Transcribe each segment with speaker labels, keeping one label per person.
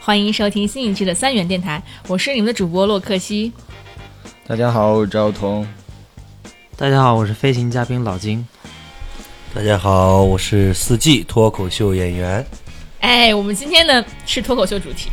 Speaker 1: 欢迎收听新一期的三元电台，我是你们的主播洛克西。
Speaker 2: 大家好，我是赵彤。
Speaker 3: 大家好，我是飞行嘉宾老金。
Speaker 4: 大家好，我是四季脱口秀演员。
Speaker 1: 哎，我们今天呢是脱口秀主题，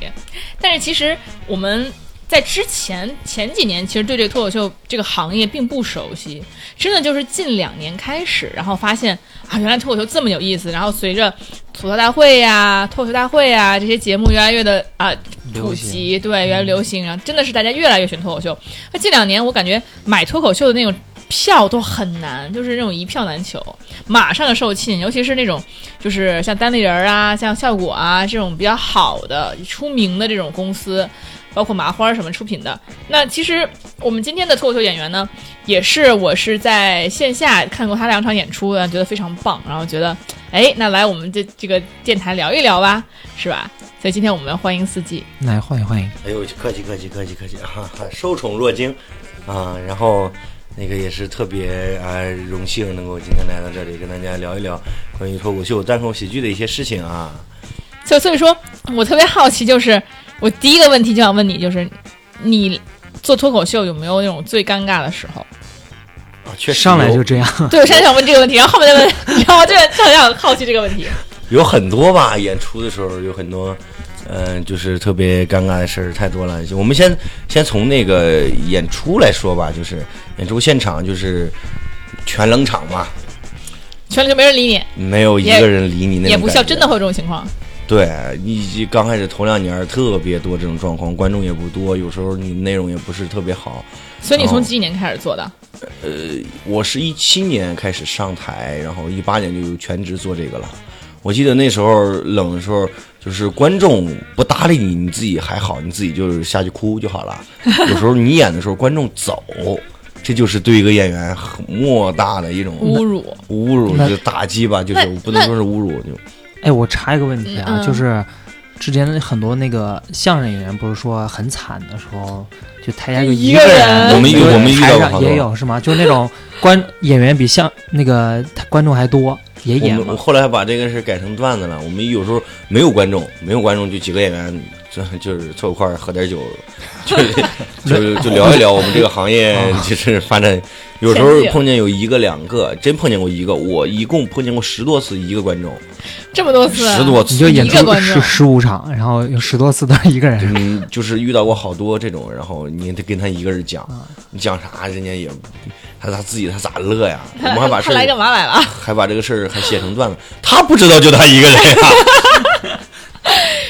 Speaker 1: 但是其实我们在之前前几年，其实对这个脱口秀这个行业并不熟悉，真的就是近两年开始，然后发现啊，原来脱口秀这么有意思。然后随着吐槽大会呀、脱口秀大会呀、这些节目越来越的啊普
Speaker 3: 流行
Speaker 1: 及，对，越来越流行，然后真的是大家越来越选脱口秀。那近两年我感觉买脱口秀的那种票都很难，就是那种一票难求，马上就售罄，尤其是那种就是像单立人儿啊、像效果啊这种比较好的、出名的这种公司，包括麻花儿什么出品的。那其实我们今天的脱口秀演员呢，也是我是在线下看过他两场演出的，觉得非常棒，然后觉得哎，那来我们这这个电台聊一聊吧，是吧？所以今天我们欢迎四季，
Speaker 3: 来欢迎欢迎，
Speaker 4: 哎呦，客气客气客气客气，哈、哈，受宠若惊啊！然后那个也是特别啊、荣幸能够今天来到这里，跟大家聊一聊关于脱口秀、单口喜剧的一些事情啊。
Speaker 1: 所以所以说我特别好奇，就是我第一个问题就想问你，就是你做脱口秀有没有那种最尴尬的时候？
Speaker 4: 啊，确实
Speaker 3: 上来
Speaker 4: 有
Speaker 3: 就 这样，
Speaker 1: 对，我现在想问这个 问题，然后后面再问，然后我就特别想好奇这个问题。
Speaker 4: 有很多吧，演出的时候有很多，嗯、就是特别尴尬的事儿太多了。我们先先从那个演出来说吧，就是演出现场就是全冷场嘛，
Speaker 1: 全就没人理你，
Speaker 4: 没有一
Speaker 1: 也
Speaker 4: 个人理你那种
Speaker 1: 也不笑，
Speaker 4: 感觉
Speaker 1: 真的会有这种情况。
Speaker 4: 对你刚开始头两年儿特别多这种状况，观众也不多，有时候你内容也不是特别好。
Speaker 1: 所以你从
Speaker 4: 哦
Speaker 1: 几几年开始做的？
Speaker 4: 我是一七年开始上台，然后一八年就全职做这个了。我记得那时候冷的时候，就是观众不搭理你，你自己还好，你自己就是下去哭就好了。有时候你演的时候，观众走，这就是对一个演员很莫大的一种
Speaker 1: 侮辱，
Speaker 4: 侮辱，
Speaker 3: 那
Speaker 4: 就打击吧，就是
Speaker 1: 那
Speaker 4: 不能说是侮辱，就
Speaker 3: 哎，我插一个问题啊，
Speaker 1: 嗯嗯
Speaker 3: 就是之前很多那个相声演员不是说很惨的时候，就台下就
Speaker 1: 一
Speaker 3: 个
Speaker 1: 个人
Speaker 3: 人，
Speaker 1: 我
Speaker 4: 们遇
Speaker 3: 一个人
Speaker 4: 我们遇到过
Speaker 3: 台
Speaker 4: 好
Speaker 3: 上
Speaker 4: 多
Speaker 3: 也有是吗？就那种观演员比相那个观众还多，也
Speaker 4: 我
Speaker 3: 演
Speaker 4: 们我
Speaker 3: 嘛。
Speaker 4: 后来把这个事改成段子了。我们有时候没有观众，没有观众就几个演员，这就是凑一块儿喝点酒， 就就就聊一聊我们这个行业就是发展。有时候碰见有一个两个，真碰见过一个，我一共碰见过十多次一个观众，
Speaker 1: 这么多次，啊
Speaker 4: 十多次
Speaker 3: 你就演
Speaker 1: 一个
Speaker 3: 出
Speaker 1: 观众
Speaker 3: 十十五场，然后有十多次都是一个 人，
Speaker 4: 嗯，就是遇到过好多这种，然后你得跟他一个人讲，你讲啥人家也他他自己他咋乐 呀？我们还把
Speaker 1: 他
Speaker 4: 事
Speaker 1: 来干
Speaker 4: 儿
Speaker 1: 嘛来了？
Speaker 4: 还把这个事儿还写成段子，他不知道就他一个人呀。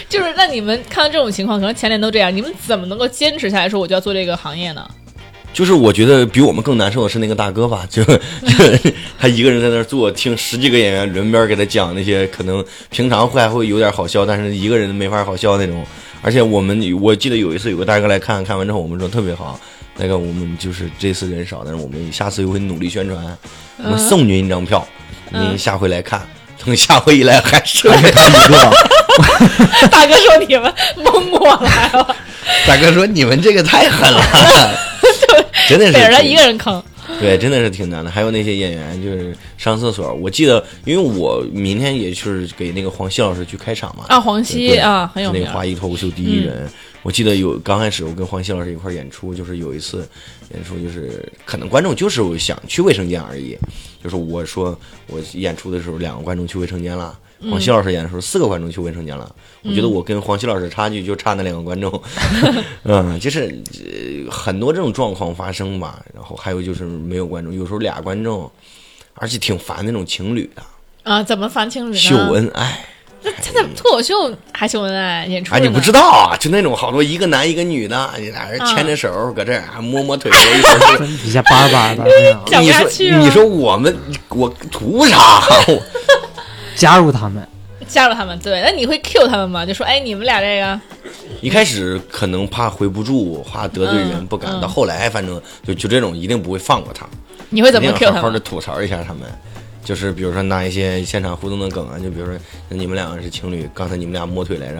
Speaker 1: 就是那你们看到这种情况，可能前年都这样，你们怎么能够坚持下来说我就要做这个行业 呢？
Speaker 4: 就是我觉得比我们更难受的是那个大哥吧， 就就他一个人在那儿坐，听十几个演员轮边给他讲那些可能平常会还会有点好笑，但是一个人没法好笑那种。而且我们我记得有一次有个大哥来看，看完之后我们说特别好，那个我们就是这次人少，但是我们下次会努力宣传，我们送您一张票，
Speaker 1: 嗯
Speaker 4: 您下回来看。等下回一来还 是
Speaker 1: 大哥说你们 蒙我来 了，
Speaker 4: 大哥说你们这个太狠了， 真的是
Speaker 1: 逮着他一个人坑。
Speaker 4: 对，真的是挺难的。还有那些演员，就是上厕所，我记得，因为我明天也是给那个黄西老师去开场嘛。
Speaker 1: 啊黄西
Speaker 4: 呃对
Speaker 1: 啊很有
Speaker 4: 那
Speaker 1: 名嗯
Speaker 4: 个华谊脱口秀第一人。我记得有刚开始我跟黄西老师一块儿演出，就是有一次演出，就是可能观众就是想去卫生间而已。就是我说我演出的时候，两个观众去卫生间了。黄
Speaker 1: 嗯
Speaker 4: 西老师演的时候，四个观众去卫生间了。我觉得我跟黄西老师差距就差那两个观众， 嗯，就是、呃很多这种状况发生吧。然后还有就是没有观众，有时候俩观众，而且挺烦那种情侣的
Speaker 1: 啊，怎么烦情侣呢？
Speaker 4: 秀恩哎爱。
Speaker 1: 那他在脱口秀还秀恩爱演出
Speaker 4: 哎，
Speaker 1: 呢？
Speaker 4: 你不知道啊，就那种好多一个男一个女的，你俩人牵
Speaker 1: 嗯
Speaker 4: 着手搁这儿啊摸摸腿，一 会儿就
Speaker 3: 底下叭叭 的那样，
Speaker 1: 讲不
Speaker 4: 你
Speaker 1: 下去
Speaker 4: 说
Speaker 1: 了
Speaker 4: 你说我们我图啥？ 我
Speaker 3: 加入他们。
Speaker 1: 加入他们对，那你会 Q 他们吗？就说哎，你们俩这个
Speaker 4: 一开始可能怕回不住，怕得罪人，
Speaker 1: 嗯
Speaker 4: 不敢。
Speaker 1: 嗯
Speaker 4: 到后来，反正就就这种一定不会放过他，
Speaker 1: 你会
Speaker 4: 一
Speaker 1: 怎
Speaker 4: 定
Speaker 1: 么
Speaker 4: 要
Speaker 1: Q
Speaker 4: 好
Speaker 1: 他
Speaker 4: 好的
Speaker 1: 们？
Speaker 4: 吐槽一下他们。就是比如说拿一些现场互动的梗啊，就比如说你们两个是情侣，刚才你们俩摸腿来着，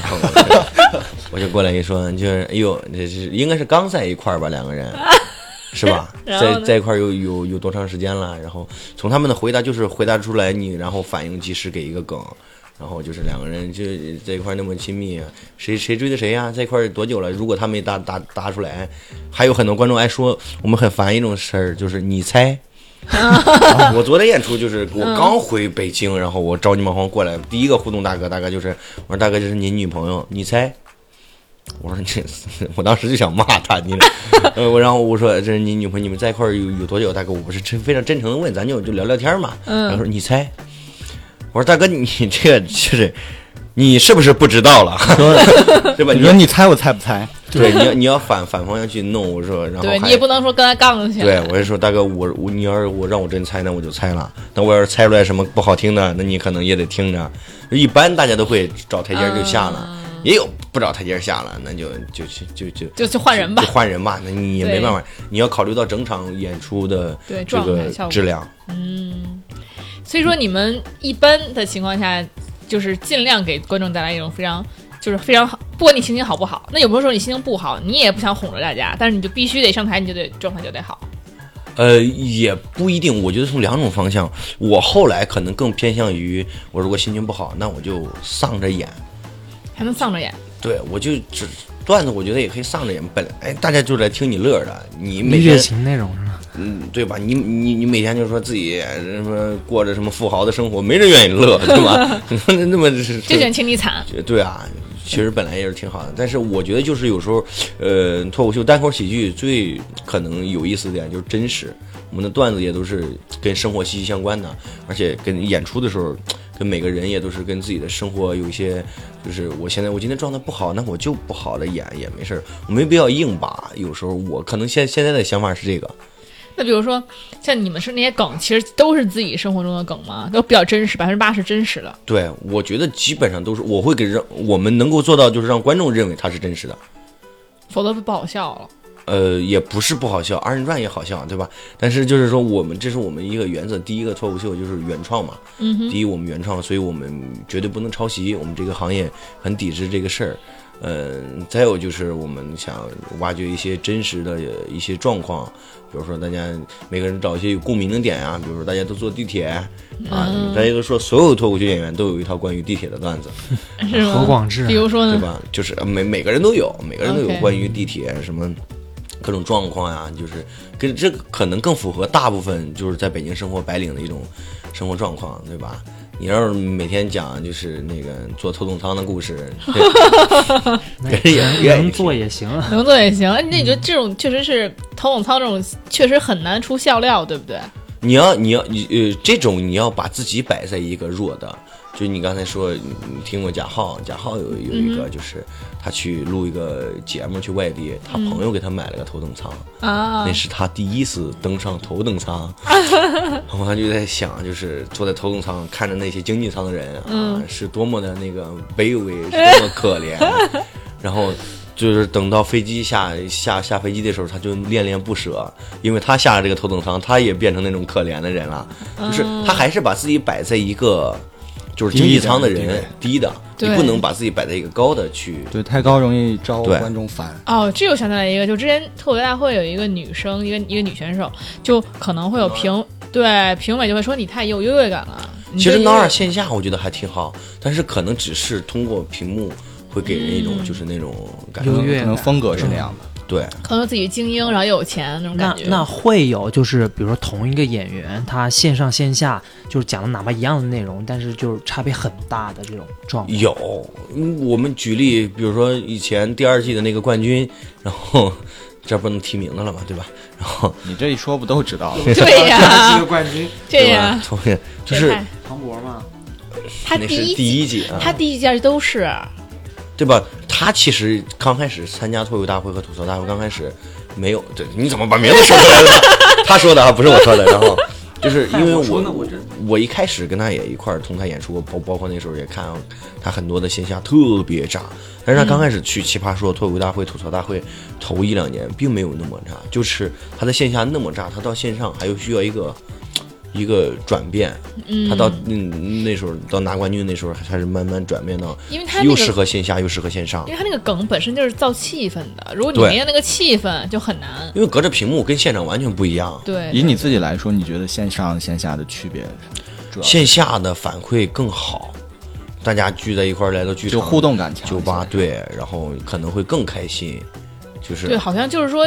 Speaker 4: 然后我就我就过来一说，就是哎呦，这是应该是刚在一块儿吧，两 个人。是吧？
Speaker 1: 然后
Speaker 4: 在
Speaker 1: 呢
Speaker 4: 在一块儿有有有多长时间了？然后从他们的回答就是回答出来你，然后反应及时给一个梗，然后就是两个人就在一块儿那么亲密啊，谁谁追的谁呀、在一块儿多久了？如果他没搭搭搭出来，还有很多观众爱说我们很烦一种事儿，就是你 猜。啊我昨天演出就是我
Speaker 1: 嗯
Speaker 4: 刚回北京，然后我着急忙慌过来，第一个互动大哥，大哥就是我说大哥这是您女朋友，你猜？我说这，我当时就想骂他，你，呃，我然后我说这是你女朋友，你们在一块儿有有多久？大哥，我是真非常真诚的问，咱就就聊聊天嘛。
Speaker 1: 嗯
Speaker 4: 然后说你猜，我说大哥你这个就是，你是不是不知道了， 对吧？
Speaker 2: 你
Speaker 4: 你
Speaker 2: 说
Speaker 4: 要
Speaker 2: 你猜我猜不猜？
Speaker 4: 对你要你要反反方向去弄，我说，然后
Speaker 1: 对
Speaker 4: 还
Speaker 1: 你也不能说跟他杠起来。
Speaker 4: 对，我就说大哥，我我你要是我让我真猜，那我就猜了。那我要是猜出来什么不好听的，那你可能也得听着。一般大家都会找台阶儿就下了，
Speaker 1: 啊
Speaker 4: 也有不找台阶儿下了，那就就就就就
Speaker 1: 就就换人吧
Speaker 4: 就。换人吧。那你也
Speaker 1: 对
Speaker 4: 没办法，你要考虑到整场演出的
Speaker 1: 对
Speaker 4: 这
Speaker 1: 状态
Speaker 4: 个
Speaker 1: 效果
Speaker 4: 质量。
Speaker 1: 所以说，你们一般的情况下，就是尽量给观众带来一种非常，就是非常好。不管你心情好不好，那有没有时候你心情不好，你也不想哄着大家，但是你就必须得上台，你就得状态就得好。
Speaker 4: 呃，也不一定。我觉得从两种方向，我后来可能更偏向于，我如果心情不好，那我就丧着演。
Speaker 1: 还能丧着演，
Speaker 4: 对，我就只段子，我觉得也可以丧着演。本来哎大家就来听你乐儿的，你每
Speaker 3: 热
Speaker 4: 天
Speaker 3: 情那种是吧？
Speaker 4: 嗯，对吧？你你你每天就说自己呃什么过着什么富豪的生活，没人愿意乐，对吧？ 那那么是
Speaker 1: 就选清理惨。
Speaker 4: 对啊，其实本来也是挺好的，但是我觉得就是有时候，呃，脱口秀、单口喜剧最可能有意思的点就是真实，我们的段子也都是跟生活息息相关的，而且跟演出的时候，跟每个人也都是跟自己的生活有一些，就是我现在我今天状态不好，那我就不好的演也没事儿，我没必要硬拔。有时候我可能现现在的想法是这个，
Speaker 1: 那比如说，像你们是那些梗，其实都是自己生活中的梗嘛，都比较真实，百分之八十真实的。
Speaker 4: 对，我觉得基本上都是我会给让我们能够做到，就是让观众认为它是真实的。
Speaker 1: 否则不好笑了。
Speaker 4: 呃，也不是不好笑，二人转也好笑，对吧？但是就是说，我们这是我们一个原则。第一个脱口秀就是原创嘛，
Speaker 1: 嗯哼，
Speaker 4: 第一我们原创，所以我们绝对不能抄袭。我们这个行业很抵制这个事儿。嗯，再有就是我们想挖掘一些真实的呃一些状况，比如说大家每个人找一些有共鸣的点啊，比如说大家都坐地铁啊，大家都说所有脱口秀演员都有一套关于地铁的段子，
Speaker 1: 是吗？
Speaker 3: 何广智啊
Speaker 1: 比如说
Speaker 4: 对
Speaker 1: 呢？
Speaker 4: 吧？就是呃每每个人都有，每个人都有
Speaker 1: 嗯 OK
Speaker 4: 关于地铁什么各种状况呀、就是跟这个可能更符合大部分就是在北京生活白领的一种生活状况，对吧？你要是每天讲就是那个做头等舱的故 事，对
Speaker 3: 那
Speaker 4: 别人 也不愿意
Speaker 3: 能做也行啊。
Speaker 1: 能做也行。哎那你觉得这种确实是头等舱这种，确实很难出笑料，对不对？
Speaker 4: 你要你要你呃，这种你要把自己摆在一个弱的，就你刚才说，你你听过贾浩，贾浩有有一个就是他去录一个节目去外地，他朋友给他买了个头等舱。
Speaker 1: 啊
Speaker 4: 那，是他第一次登上头 等舱，我还就在想，就是坐在头等舱看着那些经济舱的人啊，
Speaker 1: 嗯
Speaker 4: 是多么的那个卑微，是多么可怜。啊 然后就是等到飞机下下下飞机的时候，他就恋恋不舍，因为他下了这个头等舱，他也变成那种可怜的人了，
Speaker 1: 嗯
Speaker 4: 就是他还是把自己摆在一个就是经济舱的
Speaker 2: 低一
Speaker 4: 人
Speaker 2: 点
Speaker 4: 低的，你
Speaker 1: 对
Speaker 4: 不能把自己摆在一个高的去。
Speaker 2: 对，太高容易招
Speaker 4: 对
Speaker 2: 观众烦。
Speaker 1: 哦，这又想起来一个，就之前脱口秀大会有一个女生，一个一个女选手，就可能会有
Speaker 4: 啊
Speaker 1: 评对评委就会说你太有优越感了。你
Speaker 4: 其实
Speaker 1: 对
Speaker 4: 闹
Speaker 1: 优越
Speaker 4: 二线下我觉得还挺好，但是可能只是通过屏幕会给人一
Speaker 1: 嗯
Speaker 4: 种就是那种感觉，
Speaker 3: 优越
Speaker 2: 可能
Speaker 3: 感
Speaker 2: 风格是那样的。
Speaker 4: 对，
Speaker 1: 可能自己精英，然后又有钱那种
Speaker 3: 那
Speaker 1: 感觉。
Speaker 3: 那会有就是，比如说同一个演员，他线上线下就是讲的哪怕一样的内容，但是就是差别很大的这种状况。
Speaker 4: 有。嗯我们举例，比如说以前第二季的那个冠军，然后 这不能提名的了嘛，对吧？然后
Speaker 2: 你这一说不都知道了？
Speaker 1: 对呀，
Speaker 3: 冠军
Speaker 1: 对
Speaker 4: 吧
Speaker 1: 呀，？
Speaker 4: 同学就是
Speaker 1: 变态
Speaker 3: 庞博嘛，
Speaker 1: 他
Speaker 4: 那
Speaker 1: 第
Speaker 4: 是
Speaker 1: 一
Speaker 4: 第
Speaker 1: 季
Speaker 4: 一季啊，
Speaker 1: 他第一届都是
Speaker 4: 对吧？他其实刚开始参加脱口秀大会和吐槽大会，刚开始没有，对，你怎么把名字说出来了？ 他说的啊，不是我说的。然 后就是因为哎我我一开始跟他也一块儿同台演出过，包包括那时候也看他很多的线下特别炸，但是他刚开始去奇葩说、脱口秀大会、吐槽大会头一两年并没有那么炸，就是他在线下那么炸，他到线上还有需要一个。一个转变，他到嗯那时候到拿冠军那时候，还是慢慢转变到
Speaker 1: 因为他那
Speaker 4: 又适
Speaker 1: 个。
Speaker 4: 合线下，又适合线上
Speaker 1: 因。为他那个梗本身就是造气氛的，如果你
Speaker 4: 对
Speaker 1: 没有那个气氛，就很难。
Speaker 4: 因为隔着屏幕跟现场完全不一样，
Speaker 1: 对，
Speaker 2: 以你自己来说，你觉得线上线下的区别？主要
Speaker 4: 线下的反馈更好，大家聚在一块儿来到剧场
Speaker 2: 就互动感强一些。
Speaker 4: 酒吧对，然后可能会更开心，就是
Speaker 1: 对，好像就是说，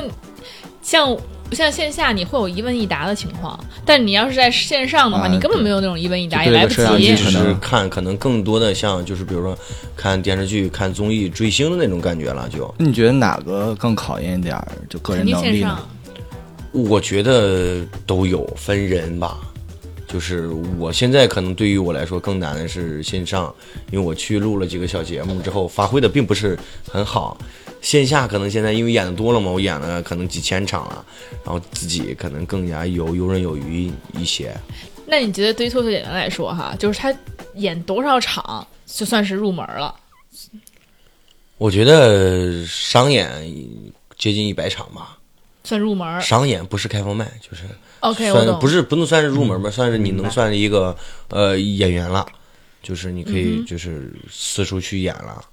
Speaker 1: 像像线下你会有一问一答的情况，但你要是在线上的话，
Speaker 2: 啊
Speaker 1: 你根本
Speaker 2: 对
Speaker 1: 没有那种一问一答，
Speaker 2: 就
Speaker 1: 也
Speaker 2: 对
Speaker 1: 来
Speaker 2: 着
Speaker 1: 不
Speaker 2: 摄像
Speaker 1: 及
Speaker 2: 机
Speaker 4: 只
Speaker 2: 啊可
Speaker 4: 是
Speaker 2: 能
Speaker 4: 看可能更多的像就是比如说看电视剧、看综艺、追星的那种感觉了。就
Speaker 2: 那你觉得哪个更考验一点儿就个
Speaker 1: 肯
Speaker 2: 人
Speaker 1: 定
Speaker 2: 能
Speaker 1: 线
Speaker 2: 力
Speaker 1: 上
Speaker 2: 呢？。
Speaker 4: 我觉得都有分人吧，就是我现在可能对于我来说更难的是线上，因为我去录了几个小节目之后，发挥的并不是很好。线下可能现在因为演的多了嘛，我演了可能几千场了，然后自己可能更加游游刃有余一些。
Speaker 1: 那你觉得对于脱口秀演员来说，哈，就是他演多少场就算是入门了？
Speaker 4: 我觉得商演接近一百场吧，
Speaker 1: 算入门儿
Speaker 4: 商演不是开放麦，就是
Speaker 1: ，OK，我
Speaker 4: 算
Speaker 1: 懂，
Speaker 4: 不是不能算是入门吧，算是你能算是一个呃演员了，就是你可
Speaker 1: 嗯
Speaker 4: 以就是四处去演了。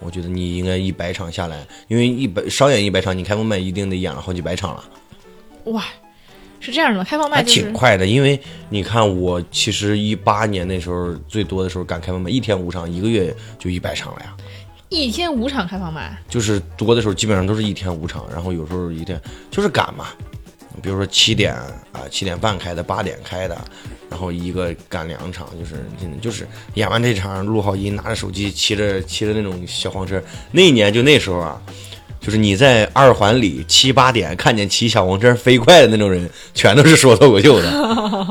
Speaker 4: 我觉得你应该一百场下来，因为一百商演一百场，你开放麦一定得演了好几百场了，
Speaker 1: 哇，是这样的吗？开放麦
Speaker 4: 还
Speaker 1: 就是
Speaker 4: 挺快的。因为你看我其实一八年那时候最多的时候赶开放麦，一天五场，一个月就一百场了呀。
Speaker 1: 一天五场开放麦，
Speaker 4: 就是多的时候基本上都是一天五场，然后有时候一天就是赶嘛，比如说七点啊七点半开的，八点开的，然后一个赶两场，就是真的就是演完这场录好音，拿着手机骑着骑着那种小黄车，那一年就那时候啊。就是你在二环里七八点看见骑小黄车飞快的那种人，全都是说脱口秀的，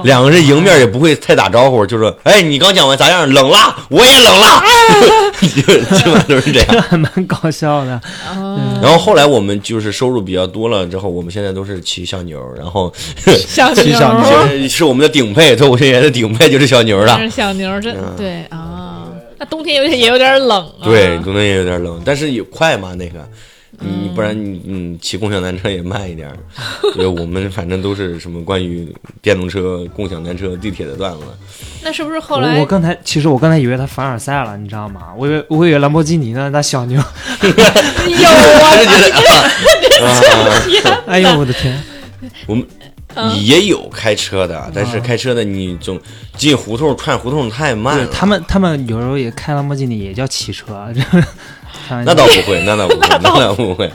Speaker 4: 两个人迎面也不会太打招呼，就说：“哎，你刚讲完咋样？冷啦，我也冷啦。”就 基本上都是这样。
Speaker 3: 还 蛮搞笑的。
Speaker 1: 嗯，
Speaker 4: 然后后来我们就是收入比较多了之后，我们现在都是骑小牛，然后
Speaker 1: 小
Speaker 2: 骑
Speaker 1: 牛
Speaker 2: 小
Speaker 1: 儿，
Speaker 2: 牛
Speaker 4: 是是我们的顶配，脱口秀演员的顶配就是小牛了
Speaker 1: 真。是小牛儿，真对啊。那冬天有点也有点冷啊，
Speaker 4: 对，可能也有点冷，但是也快嘛那个，你不然你嗯骑共享单车也慢一点儿。对，我们反正都是什么关于电动车、共享单车、地铁的段子。
Speaker 1: 那是不是后
Speaker 3: 我
Speaker 1: 来
Speaker 3: 我刚才其实我刚才以为他凡尔赛了，你知道吗？我以为我以为兰博基尼呢，那小牛。
Speaker 1: 有啊？
Speaker 3: 哎呦我的天！
Speaker 4: 我们
Speaker 1: 嗯
Speaker 4: 也有开车的，但是开车的你总进胡同串胡同太 慢
Speaker 3: 对
Speaker 4: 了。
Speaker 3: 他们，他们有时候也开兰博基尼，也叫骑车。这 开玩笑
Speaker 4: 那倒不会，那 倒不会，那倒不会。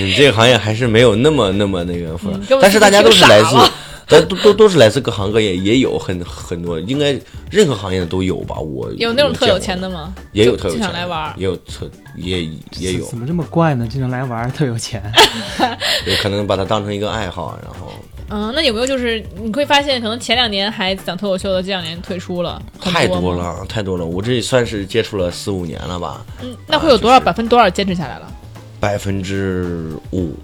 Speaker 4: 你这个行业还是没有那么那么那个复杂
Speaker 1: 嗯根本
Speaker 4: 但是大家都是来
Speaker 1: 就
Speaker 4: 自
Speaker 1: 挺傻了，
Speaker 4: 但都都都是来自各行各业，也有很很多，应该任何行业的都有吧。我
Speaker 1: 有那种特有钱
Speaker 4: 的，
Speaker 1: 的吗？
Speaker 4: 也有特有
Speaker 1: 经
Speaker 4: 钱
Speaker 1: 常
Speaker 4: 的
Speaker 1: 来玩儿
Speaker 4: 也有特也也有
Speaker 3: 怎，么这么怪呢？经常来玩儿，特有 钱。
Speaker 4: 有可能把它当成一个爱好，啊然后
Speaker 1: 嗯，那有没有就是你会发现，可能前两年还讲脱口秀的，这两年退出了，很
Speaker 4: 太
Speaker 1: 多
Speaker 4: 多
Speaker 1: 吗。
Speaker 4: 了，太多了。我这算是接触了四五年了吧，
Speaker 1: 嗯，那会有多少
Speaker 4: 啊就是
Speaker 1: 百分多少坚持下来了？
Speaker 4: 百分之五。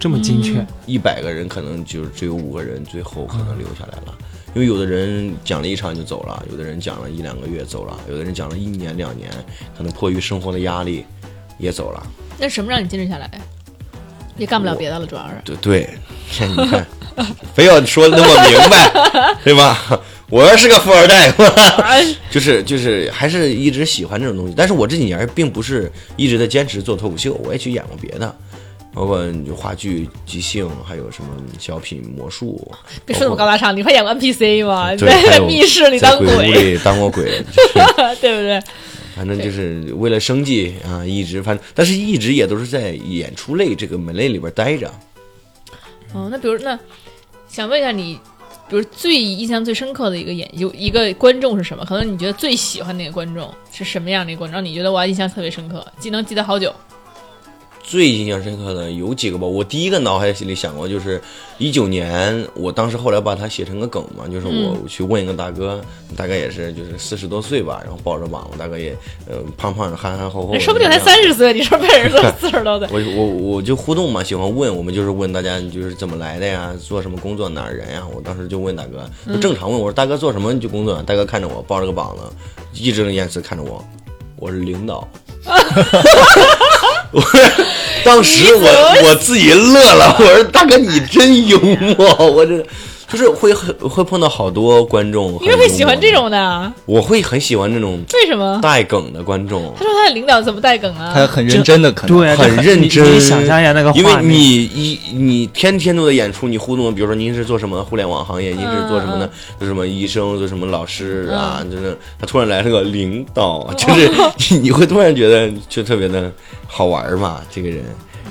Speaker 3: 这么精确，
Speaker 4: 一百个人可能就只有五个人最后可能留下来了，因为有的人讲了一场就走了，有的人讲了一两个月走了，有的人讲了一年两年，可能迫于生活的压力也走了。
Speaker 1: 那什么让你坚持下来呀？也干不了别的了，主要是。
Speaker 4: 对对， 你看，非要说的那么明白，对吧？我要是个富二代，
Speaker 1: 哎
Speaker 4: 就是就是还是一直喜欢这种东西，但是我这几年并不是一直在坚持做脱口秀，我也去演过别的，包括话剧、即兴，还有什么小品、魔术。
Speaker 1: 别说那么高大上，你会演过 NPC 吗？你
Speaker 4: 对，还
Speaker 1: 在
Speaker 4: 有
Speaker 1: 密室里当
Speaker 4: 在鬼屋
Speaker 1: 鬼，
Speaker 4: 里当过鬼，就是
Speaker 1: 对不对？
Speaker 4: 反正就是为了生计啊，一直反正，但是一直也都是在演出类这个门类里边待着。
Speaker 1: 哦，那比如那想问一下你，比如最印象最深刻的一个演有一个观众是什么？可能你觉得最喜欢那个观众是什么样的一个观众？让你觉得我印象特别深刻，记能记得好久。
Speaker 4: 最印象深刻的有几个吧，我第一个脑海里想过就是一九年，我当时后来把它写成个梗嘛，就是我
Speaker 1: 嗯
Speaker 4: 我去问一个大哥，大概也是就是四十多岁吧，然后抱着膀子，大哥也呃胖胖的、憨憨厚厚的，
Speaker 1: 说不定才
Speaker 4: 那样
Speaker 1: 三十岁，你说被人说四十多 岁，
Speaker 4: 我我我就互动嘛，喜欢问，我们就是问大家你就是怎么来的呀，做什么工作，哪儿人呀？我当时就问大哥，就正常问我说大哥做什么你就工作，大哥看着我抱着个膀子，义正言辞看着我，我是领导。 我当时我我自己乐了，我说大哥你真幽默，我这就是会很会碰到好多观众，
Speaker 1: 你为什么会喜欢这，种的？啊
Speaker 4: 我会很喜欢这种
Speaker 1: 为什么？
Speaker 4: 带梗的观众
Speaker 1: 他。说他的领导怎么带梗
Speaker 2: 他
Speaker 1: 啊？
Speaker 2: 很认真的可能。
Speaker 3: 对啊，就
Speaker 4: 很认真
Speaker 3: 你你想象一下那个画
Speaker 4: 因为
Speaker 3: 面，
Speaker 4: 你一你天天都在演出，你互动，比如说您是做什么互联网
Speaker 3: 嗯
Speaker 4: 行业，您是做什么的，做什么医生，做什么老师啊，
Speaker 3: 嗯
Speaker 4: 就是他突然来了个领 导，就是你你会突然觉得就特别的好玩嘛，这个人。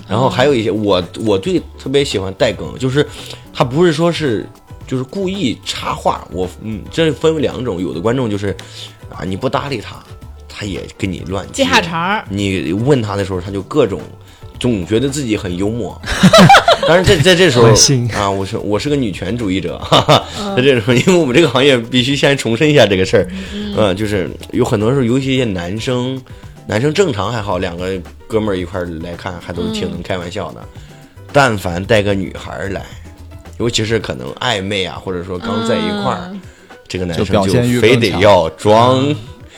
Speaker 4: 然后还有一些我我对特别喜欢带梗，就是他不是说是就是故意插话，我嗯，这分为两种，有的观众就是啊你不搭理他，他也跟你乱
Speaker 1: 接下茬儿，
Speaker 4: 你问他的时候，他就各种总觉得自己很幽默。当然在，在这时候
Speaker 3: 很幸运
Speaker 4: 啊，我是我是个女权主义者，哈哈，
Speaker 1: 嗯
Speaker 4: 在这时候，因为我们这个行业必须先重申一下这个事儿，嗯、就是有很多时候，尤其一些男生，男生正常还好，两个哥们儿一块儿来看，还都挺能开玩笑的。但凡带个女孩儿来，尤其是可能暧昧啊，或者说刚在一块儿，
Speaker 1: 嗯
Speaker 4: 这个男
Speaker 2: 就
Speaker 4: 生
Speaker 2: 表
Speaker 4: 就
Speaker 2: 现欲
Speaker 4: 非
Speaker 2: 更
Speaker 4: 得
Speaker 2: 强嗯
Speaker 4: 要装，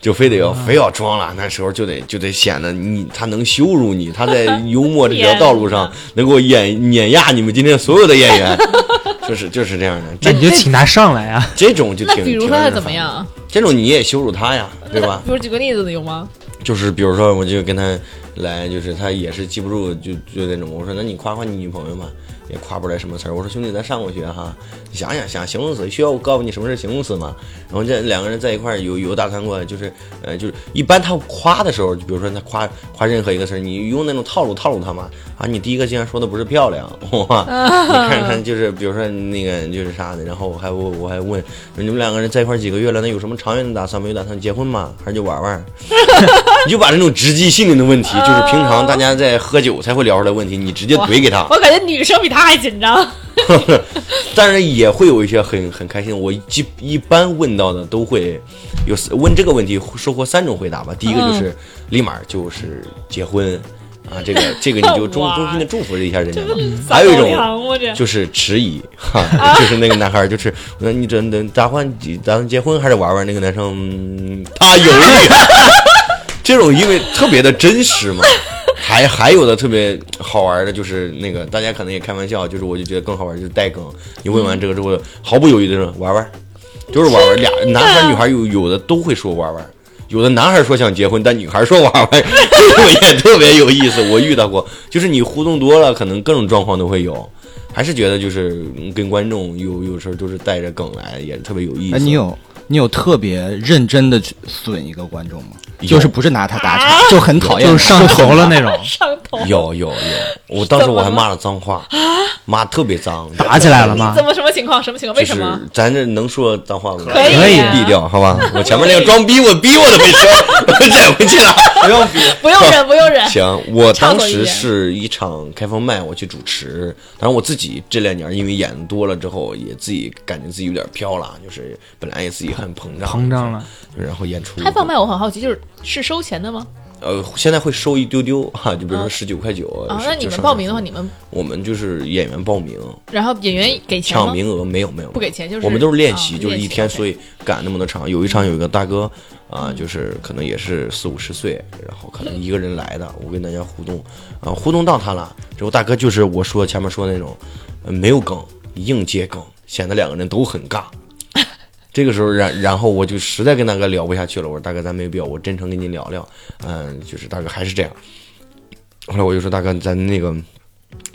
Speaker 4: 就非得要、非要装了。那时候就得就得显得你他能羞辱你，他在幽默这条道路上能够碾碾压你们今天所有的演员， 就是就是这样的。
Speaker 3: 那
Speaker 4: 这
Speaker 3: 你就请他上来啊。
Speaker 4: 这种就
Speaker 1: 那
Speaker 4: 挺
Speaker 1: 比如
Speaker 4: 挺
Speaker 1: 说
Speaker 4: 让
Speaker 1: 他
Speaker 4: 人
Speaker 1: 怎么
Speaker 4: 烦的？啊
Speaker 1: 样？
Speaker 4: 这种你也羞辱他呀，对吧？
Speaker 1: 比如举个例子有吗？
Speaker 4: 就是比如说，我就跟他来，就是他也是记不住，就就那种。我说，那你夸夸你女朋友吧，也夸不出来什么词儿。我说，兄弟，咱上过学哈，你想想想形容词，需要我告诉你什么是形容词吗？然后这两个人在一块儿有有打算过，就是呃，就是一般他夸的时候，就比如说他夸夸任何一个词儿，你用那种套路套路他嘛啊，你第一个竟然说的不是漂亮， 哇，你看看就是比如说那个就是啥的，然后我还我我还问你们两个人在一块儿几个月了，那有什么长远的打算没有？打算结婚吗？还是就玩玩？ 你就把这种直击心灵的问题，就是平常大家在喝酒才会聊出来的问题，你直接怼给他。
Speaker 1: 我感觉女生比他还紧张。
Speaker 4: 但是也会有一些很很开心。我基一般问到的都会有四问这个问题，收获三种回答吧。第
Speaker 1: 嗯
Speaker 4: 一个就是立马就是结婚啊，这个这个你 就衷
Speaker 1: 哇
Speaker 4: 衷心的祝福了一下人家
Speaker 1: 这
Speaker 4: 嘛
Speaker 1: 不是。
Speaker 4: 嗯还有一
Speaker 1: 撒狗
Speaker 4: 种
Speaker 1: 粮我这
Speaker 4: 就是迟疑，哈，就是那个男孩儿就是我说你这这打算打算结婚还是玩玩？那个男生、嗯他犹豫，这种因为特别的真实嘛。还还有的特别好玩的，就是那个大家可能也开玩笑，就是我就觉得更好玩，就是带梗。你问完这个之后，毫不犹豫的说玩玩，就是玩玩。俩男孩女孩有有的都会说玩玩，有的男孩说想结婚，但女孩说玩玩，这种也特别有意思。我遇到过，就是你互动多了，可能各种状况都会有。还是觉得就是嗯跟观众有有时候就是带着梗来，也特别有意思。
Speaker 2: 哎，你有你有特别认真的去损一个观众吗？
Speaker 4: 有
Speaker 2: 就是不是拿他打岔，就很
Speaker 4: 哎
Speaker 2: 讨厌他，
Speaker 3: 就是上 头了 那种，
Speaker 1: 上头。
Speaker 4: 有有有，我当时我还骂了脏话，骂特别脏，
Speaker 3: 打起来了 吗
Speaker 1: 怎？么什么情况？什么情况？为什么？
Speaker 4: 啊就是咱这能说脏话吗？
Speaker 1: 可以可以啊
Speaker 4: 毙掉，好吧？我前面那个装逼，我逼我都没说，我忍回去了。不用逼。
Speaker 1: 不 用忍，不用忍。
Speaker 4: 行，我
Speaker 1: 畅
Speaker 4: 当
Speaker 1: 所欲
Speaker 4: 时
Speaker 1: 言
Speaker 4: 是一场开放麦，我去主持。当然，我自己这两年因为演多了之后，也自己感觉自己有点飘了，就是本来也自己很膨胀，
Speaker 3: 膨胀了，
Speaker 4: 然后演出
Speaker 1: 开放麦我很好奇，就是是收钱的吗？
Speaker 4: 呃，现在会收一丢丢哈，就比如说
Speaker 1: 啊
Speaker 4: 十九块九
Speaker 1: 啊，那你们报名的话，你们
Speaker 4: 我们就是演员报名，
Speaker 1: 然后演员给钱
Speaker 4: 抢
Speaker 1: 吗？
Speaker 4: 名额没有没有
Speaker 1: 不给钱就是
Speaker 4: 我们都是练习，
Speaker 1: 啊
Speaker 4: 就是一天，
Speaker 1: 练习
Speaker 4: 所以赶那么多场。有一场有一个大哥啊，就是可能也是四五十岁，然后可能一个人来的，我跟大家互动啊，互动到他了之后，大哥就是我说前面说的那种，呃没有梗，硬接梗，显得两个人都很尬。这个时候，然然后我就实在跟大哥聊不下去了，我说大哥，咱没必要，我真诚跟您聊聊，嗯，就是大哥还是这样。后来我就说大哥，咱那个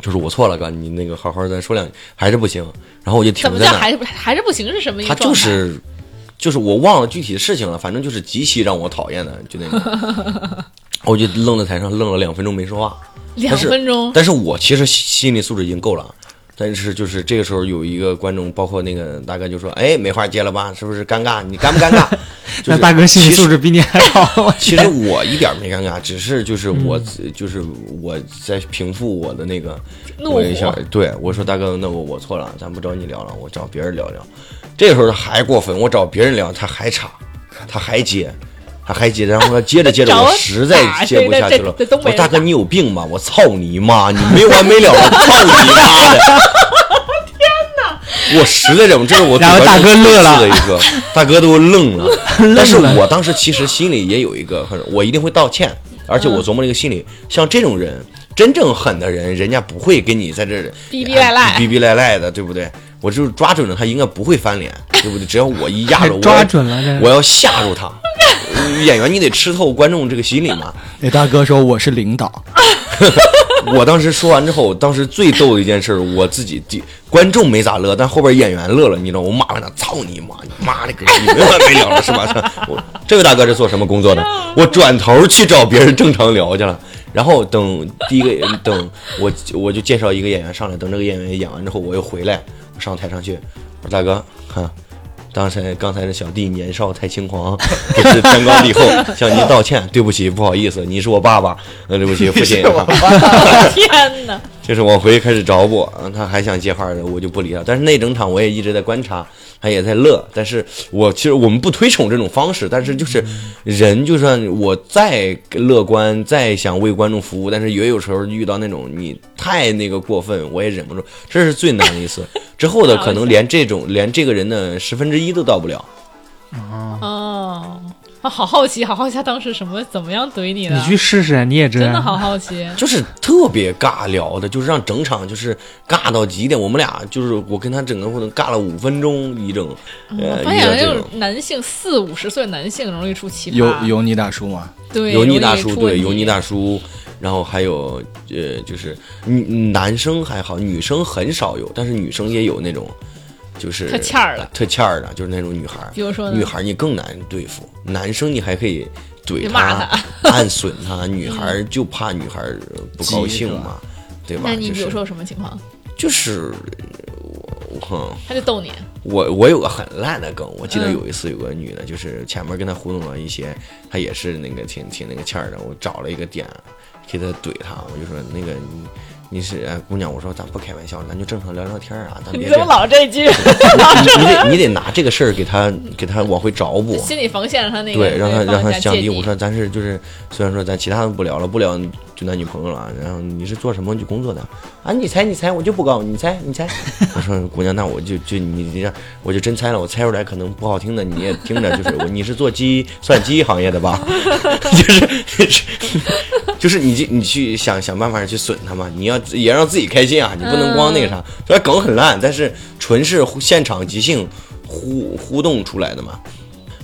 Speaker 4: 就是我错了，哥，你那个好好再说两句，还是不行。然后我就停
Speaker 1: 怎么
Speaker 4: 在
Speaker 1: 叫
Speaker 4: 那儿。
Speaker 1: 还是不还是不行是什么一
Speaker 4: 他
Speaker 1: 个状
Speaker 4: 就
Speaker 1: 态？
Speaker 4: 是就是我忘了具体的事情了，反正就是极其让我讨厌的，就那 种。我就愣在台上愣了两分钟没说话，
Speaker 1: 两分钟，
Speaker 4: 但是我其实心理素质已经够了。啊但是就是这个时候有一个观众，包括那个大哥就说：“哎，没话接了吧？是不是尴尬？你尴不 尴尬？”就是
Speaker 3: 那大哥心理
Speaker 4: 其实
Speaker 3: 素质比你还好。
Speaker 4: 其
Speaker 1: 哎
Speaker 4: 实我一点儿没尴尬，只是就是我、
Speaker 1: 嗯
Speaker 4: 就是我在平复我的那个
Speaker 1: 怒
Speaker 4: 我一下
Speaker 1: 火，
Speaker 4: 对我说大哥，那我我错了，咱不找你聊了，我找别人聊聊。这时候他还过分，我找别人聊，他还插，他还接，他还接，然后他接着接着，
Speaker 1: 找
Speaker 4: 我实在接不下去了
Speaker 1: 打这这这东。北
Speaker 4: 我
Speaker 1: 人
Speaker 4: 大哥，你有病吧？我操你妈！你没完没了，我操你妈 的！我实在忍不住，这是我
Speaker 3: 然后
Speaker 4: 嘴巴
Speaker 3: 大哥
Speaker 4: 最
Speaker 3: 乐了
Speaker 4: 刺的 一个，大哥都愣了。但是我当时其实心里也有一个，很我一定会道歉，而
Speaker 3: 嗯
Speaker 4: 且我琢磨了一个心理，像这种人，真正狠的人，人家不会跟你在这儿呃
Speaker 1: 逼逼赖赖
Speaker 4: 哎逼逼赖赖的，对不对？我就是抓准了他应该不 会翻脸，对不对？只要我一压
Speaker 3: 还
Speaker 4: 着，我
Speaker 3: 抓
Speaker 4: 要
Speaker 3: 准了这
Speaker 4: 我要吓住他。演员，你得吃透观众这个心理嘛。
Speaker 2: 那哎大哥说我是领导，
Speaker 4: 我当时说完之后，当时最逗的一件事儿，我自己第观众没咋乐，但后边演员乐了，你知道，我骂完他，操你妈，你妈了个你没完没了了是吧？ 我这位大哥是做什么工作的？我转头去找别人正常聊去了。然后等第一个等我我就介绍一个演员上来，等这个演员演完之后，我又回来我上台上去，我说大哥，哈。刚才刚才这小弟年少太轻狂，不知天高地厚，向您道歉，对不起，不好意思，你是我爸爸，呃，对不起，父亲。
Speaker 1: 天哪！
Speaker 4: 就是往回开始找我，嗯他还想接话的，我就不理他。但是那整场我也一直在观察，他也在乐。但是我其实我们不推崇这种方式，但是就是人，就算我再乐观，再想为观众服务，但是也有时候遇到那种你太那个过分，我也忍不住，这是最难的一次。之后的可能连这种连这个人的十分之一都到不了。
Speaker 3: 啊，
Speaker 1: 哦，啊，好好奇，好好奇他当时什么怎么样怼你的？
Speaker 3: 你去试试，你也
Speaker 4: 啊
Speaker 3: 知道。
Speaker 1: 真的好好 奇。
Speaker 4: 就是特别尬聊的，就是让整场就是尬到极点。我们俩就是我跟他整个过程尬了五分钟一整，呃，
Speaker 1: 我嗯发
Speaker 4: 一
Speaker 1: 现
Speaker 4: 整
Speaker 1: 那
Speaker 4: 这种
Speaker 1: 种男性四五十岁男性容易出奇葩，
Speaker 2: 油油腻大叔吗？
Speaker 1: 对
Speaker 4: 油腻
Speaker 1: 容易
Speaker 4: 大叔，
Speaker 1: 出问
Speaker 4: 对
Speaker 1: 题
Speaker 4: 油腻大叔，然后还有呃，就是女嗯男生还好，女生很少有，但是女生也有那种，就是
Speaker 1: 特欠儿的
Speaker 4: 特欠儿的，就是那种女孩儿。
Speaker 1: 比如说呢
Speaker 4: 女孩儿你更难对付，男生你还可以
Speaker 1: 你
Speaker 4: 怼
Speaker 1: 骂嗯
Speaker 4: 他、暗损他，女孩儿就怕女孩儿不高兴嘛，对吧？
Speaker 1: 那你
Speaker 4: 就
Speaker 1: 比
Speaker 4: 是
Speaker 1: 如说有什么情况？
Speaker 4: 就是我我。
Speaker 1: 他就逗你，
Speaker 4: 我我有个很烂的梗，我记得
Speaker 1: 嗯
Speaker 4: 有一次有个女的，就是前面跟她糊弄了一些，她也是那个挺挺那个欠儿的，我找了一个点给她怼她，我就说那个你你是哎姑娘，我说咱不开玩笑，咱就正常聊聊天儿啊，咱
Speaker 1: 你
Speaker 4: 别
Speaker 1: 怎
Speaker 4: 这
Speaker 1: 么
Speaker 4: 样，
Speaker 1: 老这句？
Speaker 4: 你你得你得拿这个事儿给她给她往回找补，
Speaker 1: 心理防线让他那个
Speaker 4: 对，让她
Speaker 1: 放
Speaker 4: 让她
Speaker 1: 下
Speaker 4: 降
Speaker 1: 芥
Speaker 4: 低。
Speaker 1: 蒂
Speaker 4: 我说咱是就是虽然说咱其他的不聊了，不聊就男女朋友了，啊然后你是做什么工作的啊？你猜你猜，我就不告诉你你猜你猜。 我说姑娘，那我就就你你这样，我就真猜了，我猜出来可能不好听的，你也听着，就是我你是做鸡算鸡行业的吧？ 就是 就是你去你去想想办法去损他嘛，你要也让自己开心啊，你不能光那个啥。虽然梗很
Speaker 1: 嗯
Speaker 4: 烂，但是纯是现场即兴互互动出来的嘛。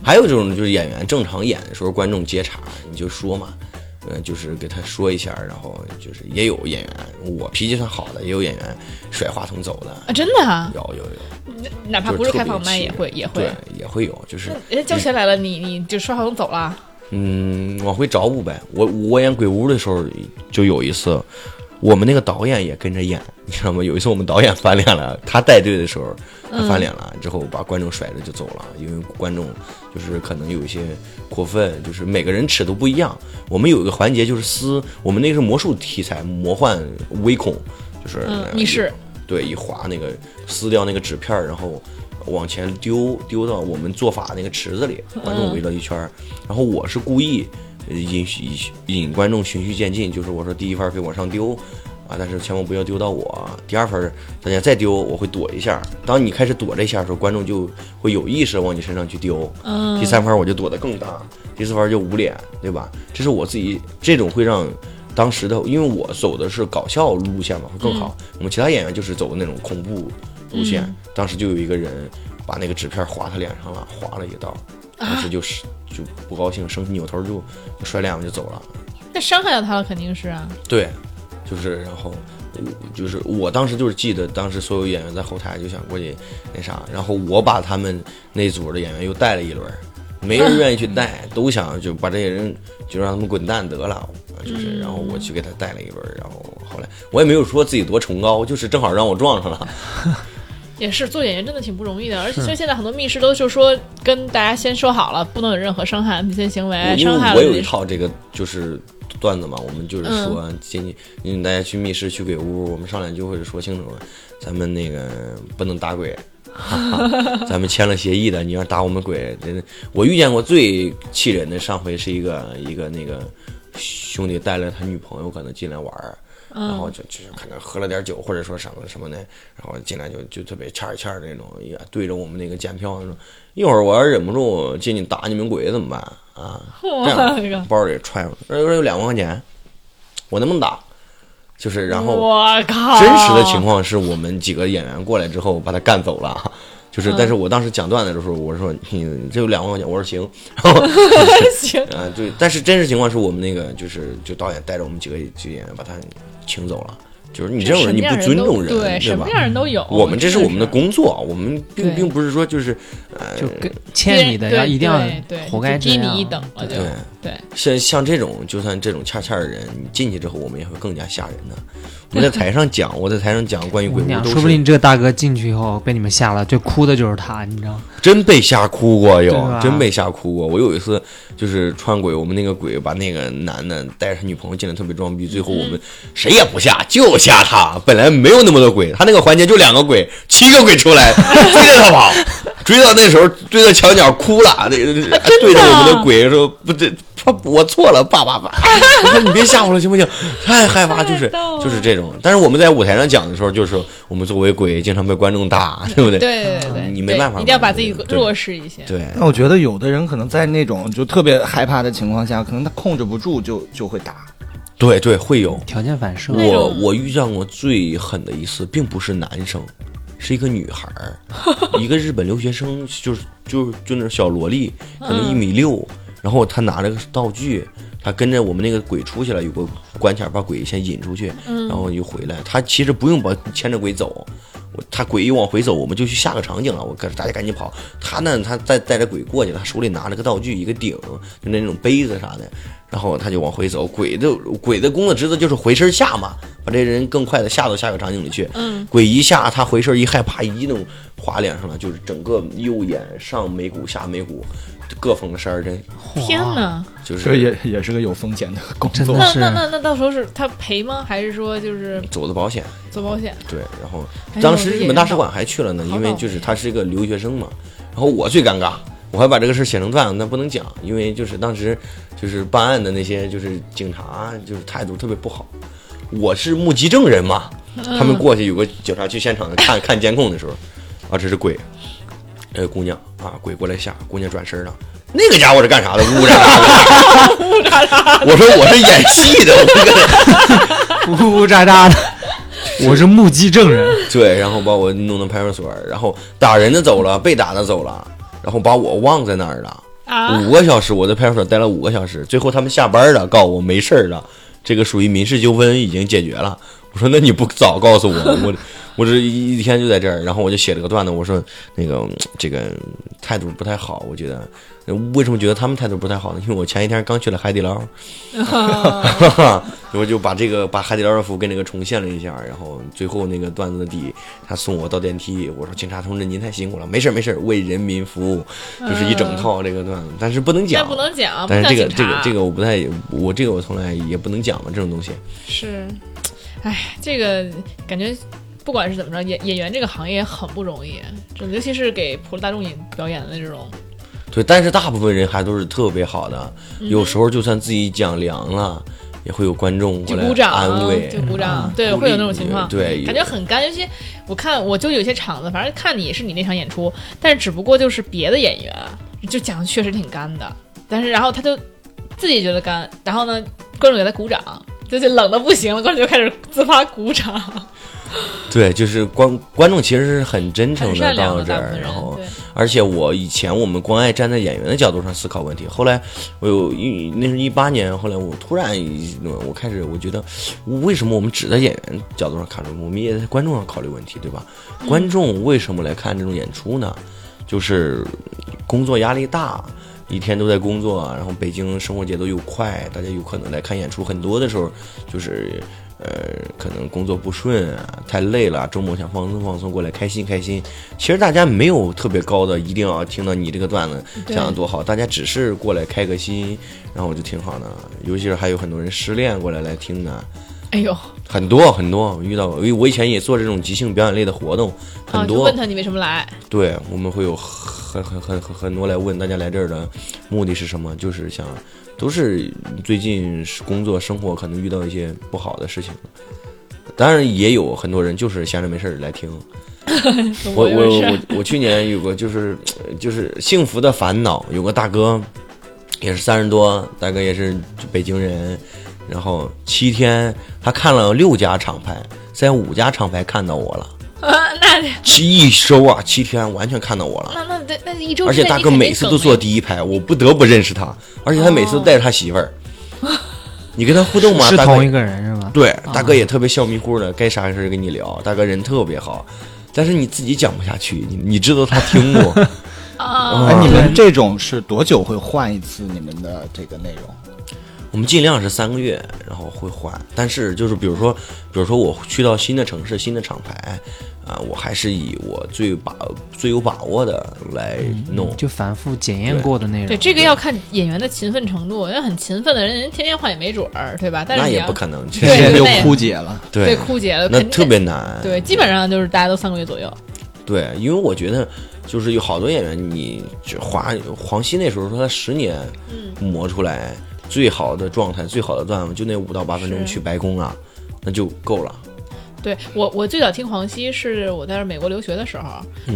Speaker 4: 还有这种就是演员正常演的时候，观众接茬，你就说嘛，呃，就是给他说一下，然后就是也有演员，我脾气算好的，也有演员甩话筒走
Speaker 1: 啊，
Speaker 4: 的，
Speaker 1: 真的啊，
Speaker 4: 有有有，
Speaker 1: 哪怕
Speaker 4: 就
Speaker 1: 不是
Speaker 4: 特
Speaker 1: 开
Speaker 4: 别
Speaker 1: 放麦
Speaker 4: 气
Speaker 1: 也
Speaker 4: 人
Speaker 1: 会也会
Speaker 4: 对。也会有，就是
Speaker 1: 那人家交钱来了，你你就刷好像走了，
Speaker 4: 嗯，往回找补呗。我我演鬼屋的时候就有一次，我们那个导演也跟着演，你知道吗？有一次我们导演翻脸了，他带队的时候他翻脸
Speaker 1: 嗯
Speaker 4: 了，之后把观众甩着就走了，因为观众就是可能有一些过分，就是每个人尺度不一样。我们有一个环节就是撕，我们那个是魔术题材，魔幻微恐，就是
Speaker 1: 嗯密室，
Speaker 4: 对，一划那个撕掉那个纸片儿，然后往前丢，丢到我们做法那个池子里，观众围了一圈儿。然后我是故意呃引引引观众循序渐进，就是我说第一番儿别往上丢。啊！但是千万不要丢到我。第二番儿大家再丢，我会躲一下。当你开始躲这一下的时候，观众就会有意识地往你身上去丢。
Speaker 1: 嗯
Speaker 4: 第三番儿我就躲得更大，第四番儿就捂脸，对吧？这是我自己这种会让当时的，因为我走的是搞笑路线嘛，会更好。我们其他演员就是走那种恐怖路线，
Speaker 1: 嗯
Speaker 4: 当时就有一个人把那个纸片划他脸上了，划了一道，当
Speaker 1: 啊
Speaker 4: 时就是。就不高兴，生气扭头就就甩脸我就走了。
Speaker 1: 那伤害到他了肯定是啊。
Speaker 4: 对，就是然后，嗯就是我当时就是记得，当时所有演员在后台就想过去那啥，然后我把他们那组的演员又带了一轮儿，没人愿意去带，都想就把这些人就让他们滚蛋得了，啊就是然后我去给他带了一轮儿，然后后来我也没有说自己多崇高，就是正好让我撞上了，
Speaker 1: 也是做演员真的挺不容易的，而且像现在很多密室都是说跟大家先说好了，不能有任何伤害 NPC 行为，
Speaker 4: 因为
Speaker 1: 伤害
Speaker 4: 我
Speaker 1: 哎了
Speaker 4: 有一
Speaker 1: 你
Speaker 4: 套这个就是段子嘛，我们就是说，建议嗯大家去密室去鬼屋，我们上来就会说清楚了，咱们那个不能打鬼。哈哈，咱们签了协议的，你要打我们鬼，真的我遇见过最气人的，上回是一个一个那个兄弟带了他女朋友可能进来玩儿，然
Speaker 1: 嗯
Speaker 4: 后就就是可能喝了点酒或者说什么什么的，然后进来就就特别欠欠那种，也对着我们那个检票说，一会儿我要忍不住进去打你们鬼怎么办啊？这
Speaker 1: 我
Speaker 4: 样
Speaker 1: 靠
Speaker 4: 包里揣着，这有两万块钱，我能不能打？就是然后
Speaker 1: 我靠，
Speaker 4: 真实的 情况是我们几个演员过来之后把他干走了，
Speaker 1: 嗯
Speaker 4: 就是，但是我当时讲段子的时候，我说你你这有两万块钱，我说行，然后
Speaker 1: 行，
Speaker 4: 啊对，但是真实情况是我们那个就是就导演带着我们几个几个演员把他请走了，就是你这种
Speaker 1: 什
Speaker 4: 人
Speaker 1: 么
Speaker 4: 你
Speaker 1: 样
Speaker 4: 不
Speaker 1: 人
Speaker 4: 尊
Speaker 1: 都
Speaker 4: 重人，
Speaker 1: 对，什
Speaker 4: 吧
Speaker 1: 么？样人都有。
Speaker 4: 我们这是我们的
Speaker 1: 真
Speaker 4: 工作，我们并
Speaker 1: 对
Speaker 4: 并不是说就是呃
Speaker 3: 就跟欠你的，
Speaker 1: 对
Speaker 3: 要一定要
Speaker 1: 对对
Speaker 3: 活该
Speaker 1: 就
Speaker 3: 这
Speaker 1: 低
Speaker 3: 样。
Speaker 1: 你一等了就
Speaker 4: 对。
Speaker 1: 啊对，
Speaker 4: 像像这种，就算这种恰恰的人，你进去之后，我们也会更加吓人的。我们在台上讲，我在台上讲关于
Speaker 3: 我
Speaker 4: 鬼
Speaker 3: 跟
Speaker 4: 屋
Speaker 3: 你讲，
Speaker 4: 都
Speaker 3: 说不
Speaker 4: 是
Speaker 3: 定这个大哥进去以后被你们吓了，就哭的就是他，你知道？
Speaker 4: 真被吓哭过
Speaker 3: 对
Speaker 4: 有
Speaker 3: 吧，
Speaker 4: 真被吓哭过。我有一次就是穿鬼，我们那个鬼把那个男的带着他女朋友进来，特别装逼。最后我们谁也不吓，就吓他。本来没有那么多鬼，他那个环节就两个鬼，七个鬼出 来追着他跑，追到那时候追到墙角哭了，那那对着我们的啊鬼说不对。他我错了，爸爸 爸！我说你别吓我了，行不行？太害怕， 就
Speaker 1: 太
Speaker 4: 是
Speaker 1: 逗了
Speaker 4: 就是这种。但是我们在舞台上讲的时候，就是我们作为鬼，经常被观众打，对不对？
Speaker 1: 对对对，
Speaker 4: 你没
Speaker 1: 对
Speaker 4: 办法
Speaker 1: 一定要
Speaker 4: 嘛
Speaker 1: 把自己
Speaker 4: 对
Speaker 1: 弱势一些。
Speaker 4: 对，
Speaker 2: 那我觉得有的人可能在那种就特别害怕的情况下，可能他控制不住就就会打。
Speaker 4: 对对，会有。
Speaker 3: 条件反 射，
Speaker 1: 那
Speaker 4: 我
Speaker 1: 种
Speaker 4: 我遇上过最狠的一次，并不是男生，是一个女孩 儿，一个日本留学生，就是就是就那种小萝莉，可能一米六，然后她拿着个道具，她跟着我们那个鬼出去了，有个关卡把鬼先引出去，
Speaker 1: 嗯
Speaker 4: 然后就回来。她其实不用把牵着鬼走。我她鬼一往回走，我们就去下个场景了。我赶大家赶紧跑。她呢，她带带着鬼过去，她手里拿着个道具，一个鼎，就那种杯子啥的。然后他就往回走，鬼的鬼的工作职责就是回身下嘛，把这人更快的下到下个场景里去。
Speaker 1: 嗯，
Speaker 4: 鬼一下，他回身一害怕，一弄滑脸上了，就是整个右眼上眉骨下眉骨各缝了十二针，
Speaker 1: 天
Speaker 3: 哇！
Speaker 1: 哪，
Speaker 4: 就
Speaker 2: 这
Speaker 4: 是
Speaker 2: 也也是个有风险的工
Speaker 3: 真
Speaker 2: 作
Speaker 3: 的。
Speaker 1: 那
Speaker 3: 是
Speaker 1: 那那那到时候是他赔吗？还是说就是
Speaker 4: 走的保险。
Speaker 1: 做保险？
Speaker 4: 对，然后
Speaker 1: 哎
Speaker 4: 当时日本大使馆还去了呢，
Speaker 1: 好
Speaker 4: 因为
Speaker 1: 倒
Speaker 4: 就是他是一个留学生嘛。然后我最尴尬，我还把这个事儿写成段子，但不能讲，因为就是当时就是办案的那些就是警察就是态度特别不好，我是目击证人嘛，他
Speaker 1: 嗯
Speaker 4: 们过去有个警察去现场看看监控的时候，啊，这是鬼，那个姑娘啊，鬼过来吓，姑娘转身了。那个家伙是干啥的？呜呜喳喳的。我说我是演戏的，我不跟
Speaker 3: 呜呜喳喳的，我是目击证 人。
Speaker 4: 对，然后把我弄到派出所儿，然后打人的走了，被打的走了，然后把我忘在那儿了。
Speaker 1: 啊，
Speaker 4: 五个小时，我在派出所待了五个小时，最后他们下班了，告诉我没事儿了，这个属于民事纠纷已经解决了。我说那你不早告诉我，我我这一一天就在这儿，然后我就写了个段子，我说那个嗯这个态度不太好，我觉得呃为什么觉得他们态度不太好呢？因为我前一天刚去了海底捞，哈哈，我就把这个把海底捞的服跟这个重现了一下，然后最后那个段子的底，他送我到电梯，我说警察同志您太辛苦了，没事儿没事儿，为人民服务，就是一整套这个段子，但是不能
Speaker 1: 那
Speaker 4: 讲
Speaker 1: 不。能讲，不
Speaker 4: 但
Speaker 1: 能
Speaker 4: 是
Speaker 1: 讲
Speaker 4: 这个
Speaker 1: 警
Speaker 4: 这个
Speaker 1: 察
Speaker 4: 这个我不太，我这个我从来也不能讲嘛，这种东西。
Speaker 1: 是，哎，这个感觉不管是怎么着，演演员这个行业很不容易，就尤其是给普罗大众演表演的这种，
Speaker 4: 对，但是大部分人还都是特别好的，
Speaker 1: 嗯
Speaker 4: 有时候就算自己讲凉了，也会有观众
Speaker 1: 就
Speaker 4: 过来
Speaker 1: 鼓掌，啊
Speaker 4: 安慰，
Speaker 1: 就鼓掌
Speaker 4: 嗯，
Speaker 1: 对，
Speaker 4: 鼓励
Speaker 1: 会有那种情况，
Speaker 4: 对，
Speaker 1: 感觉很干。尤其我看，我就有些场子，反正看你也是你那场演出，但是只不过就是别的演员就讲的确实挺干的，但是然后他就自己觉得干，然后呢，观众给他鼓掌。就就冷的不行了，观众就开始自发鼓掌，
Speaker 4: 对，就是观观众其实是很真诚
Speaker 1: 很
Speaker 4: 的
Speaker 1: 善良
Speaker 4: 到
Speaker 1: 的
Speaker 4: 这
Speaker 1: 大部
Speaker 4: 儿，
Speaker 1: 分人
Speaker 4: 然后，
Speaker 1: 对
Speaker 4: 而且我以前我们光爱站在演员的角度上思考问题，后来我有一那是一八年，后来我突然一我开始我觉得，为什么我们只在演员角度上考虑，我们也在观众上考虑问题，对吧？观众为什么来看这种演出呢？就是工作压力大，一天都在工作，啊然后北京生活节奏又快，大家有可能来看演出，很多的时候就是。呃，可能工作不顺啊，太累了，周末想放松放松，过来开心开心。其实大家没有特别高的，一定要听到你这个段子
Speaker 1: 对
Speaker 4: 讲的多好，大家只是过来开个心，然后我就挺好的。尤其是还有很多人失恋过来来听呢，
Speaker 1: 哎呦，
Speaker 4: 很多很多，我遇到过，因为我以前也做这种即兴表演类的活动，
Speaker 1: 啊，
Speaker 4: 很
Speaker 1: 就
Speaker 4: 多。
Speaker 1: 问他你为什么来，
Speaker 4: 对，我们会有很很很很很多来问大家来这儿的目的是什么，就是想，都是最近是工作生活可能遇到一些不好的事情，当然也有很多人就是闲着没事儿来听。我
Speaker 1: 我
Speaker 4: 我
Speaker 1: 是
Speaker 4: 我我去年有个就是呃就是幸福的烦恼，有个大哥也是三十多，大哥也是北京人，然后七天他看了六家厂牌，在五家厂牌看到我了，
Speaker 1: 啊，那
Speaker 4: 七一周啊，七天完全看到我了。
Speaker 1: 那那那那一周
Speaker 4: 而
Speaker 1: 之
Speaker 4: 且
Speaker 1: 内
Speaker 4: 大
Speaker 1: 你
Speaker 4: 哥
Speaker 1: 肯
Speaker 4: 每
Speaker 1: 定
Speaker 4: 次
Speaker 1: 梗
Speaker 4: 都
Speaker 1: 了
Speaker 4: 坐第一排，我不得不认识他，而且他每次都带着他媳妇儿。
Speaker 1: 哦
Speaker 4: 你跟他互动吗？
Speaker 3: 是
Speaker 4: 大哥
Speaker 3: 同一个人是吧？
Speaker 4: 对，
Speaker 1: 嗯
Speaker 4: 大哥也特别笑迷糊的，该啥事儿跟你聊，大哥人特别好。但是你自己讲不下去，你你知道他听不？
Speaker 1: 啊，
Speaker 2: 哎，你们这种是多久会换一次你们的这个内容？
Speaker 4: 我们尽量是三个月，然后会换。但是就是比如说，比如说我去到新的城市、新的厂牌，啊、我还是以我最把最有把握的来弄。
Speaker 1: 嗯
Speaker 3: 就反复检验
Speaker 4: 对
Speaker 3: 过的内容。
Speaker 1: 对，这个要看演员的勤奋程度，要很勤奋的人，人天天换也没准儿，对吧？但是
Speaker 4: 那
Speaker 1: 你
Speaker 4: 也
Speaker 1: 要
Speaker 4: 不可能，
Speaker 1: 对
Speaker 2: 现在就
Speaker 1: 对
Speaker 2: 枯竭了。
Speaker 1: 对
Speaker 4: 对
Speaker 1: 枯竭了，
Speaker 4: 那
Speaker 1: 肯定
Speaker 4: 特别难。
Speaker 1: 对，基本上就是大家都三个月左右。
Speaker 4: 对，因为我觉得就是有好多演员，你就华黄西那时候说他十年磨出来最好的状态、最好的段子，就那五到八分钟
Speaker 1: 是
Speaker 4: 去白宫啊，那就够了。
Speaker 1: 对我，我最早听黄西是我在美国留学的时候，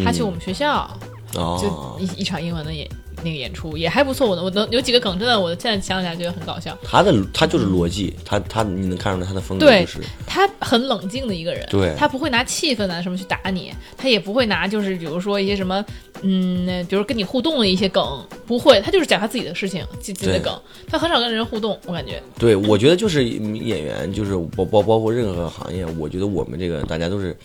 Speaker 1: 他去我们学校，就
Speaker 4: 嗯哦
Speaker 1: 一，一场英文的演那个演出也还不错。我能我能有几个梗，真的我现在想起来觉得很搞笑。
Speaker 4: 他的他就是逻辑，他他你能看出来他的风格
Speaker 1: 对
Speaker 4: 就是
Speaker 1: 他很冷静的一个人，
Speaker 4: 对
Speaker 1: 他不会拿气氛啊什么去打你，他也不会拿就是比如说一些什么，嗯，那比如跟你互动的一些梗，不会，他就是讲他自己的事情，自己的
Speaker 4: 对
Speaker 1: 梗，他很少跟人互动，我感觉
Speaker 4: 对，我觉得就是演员，就是包包包括任何行业，我觉得我们这个大家都是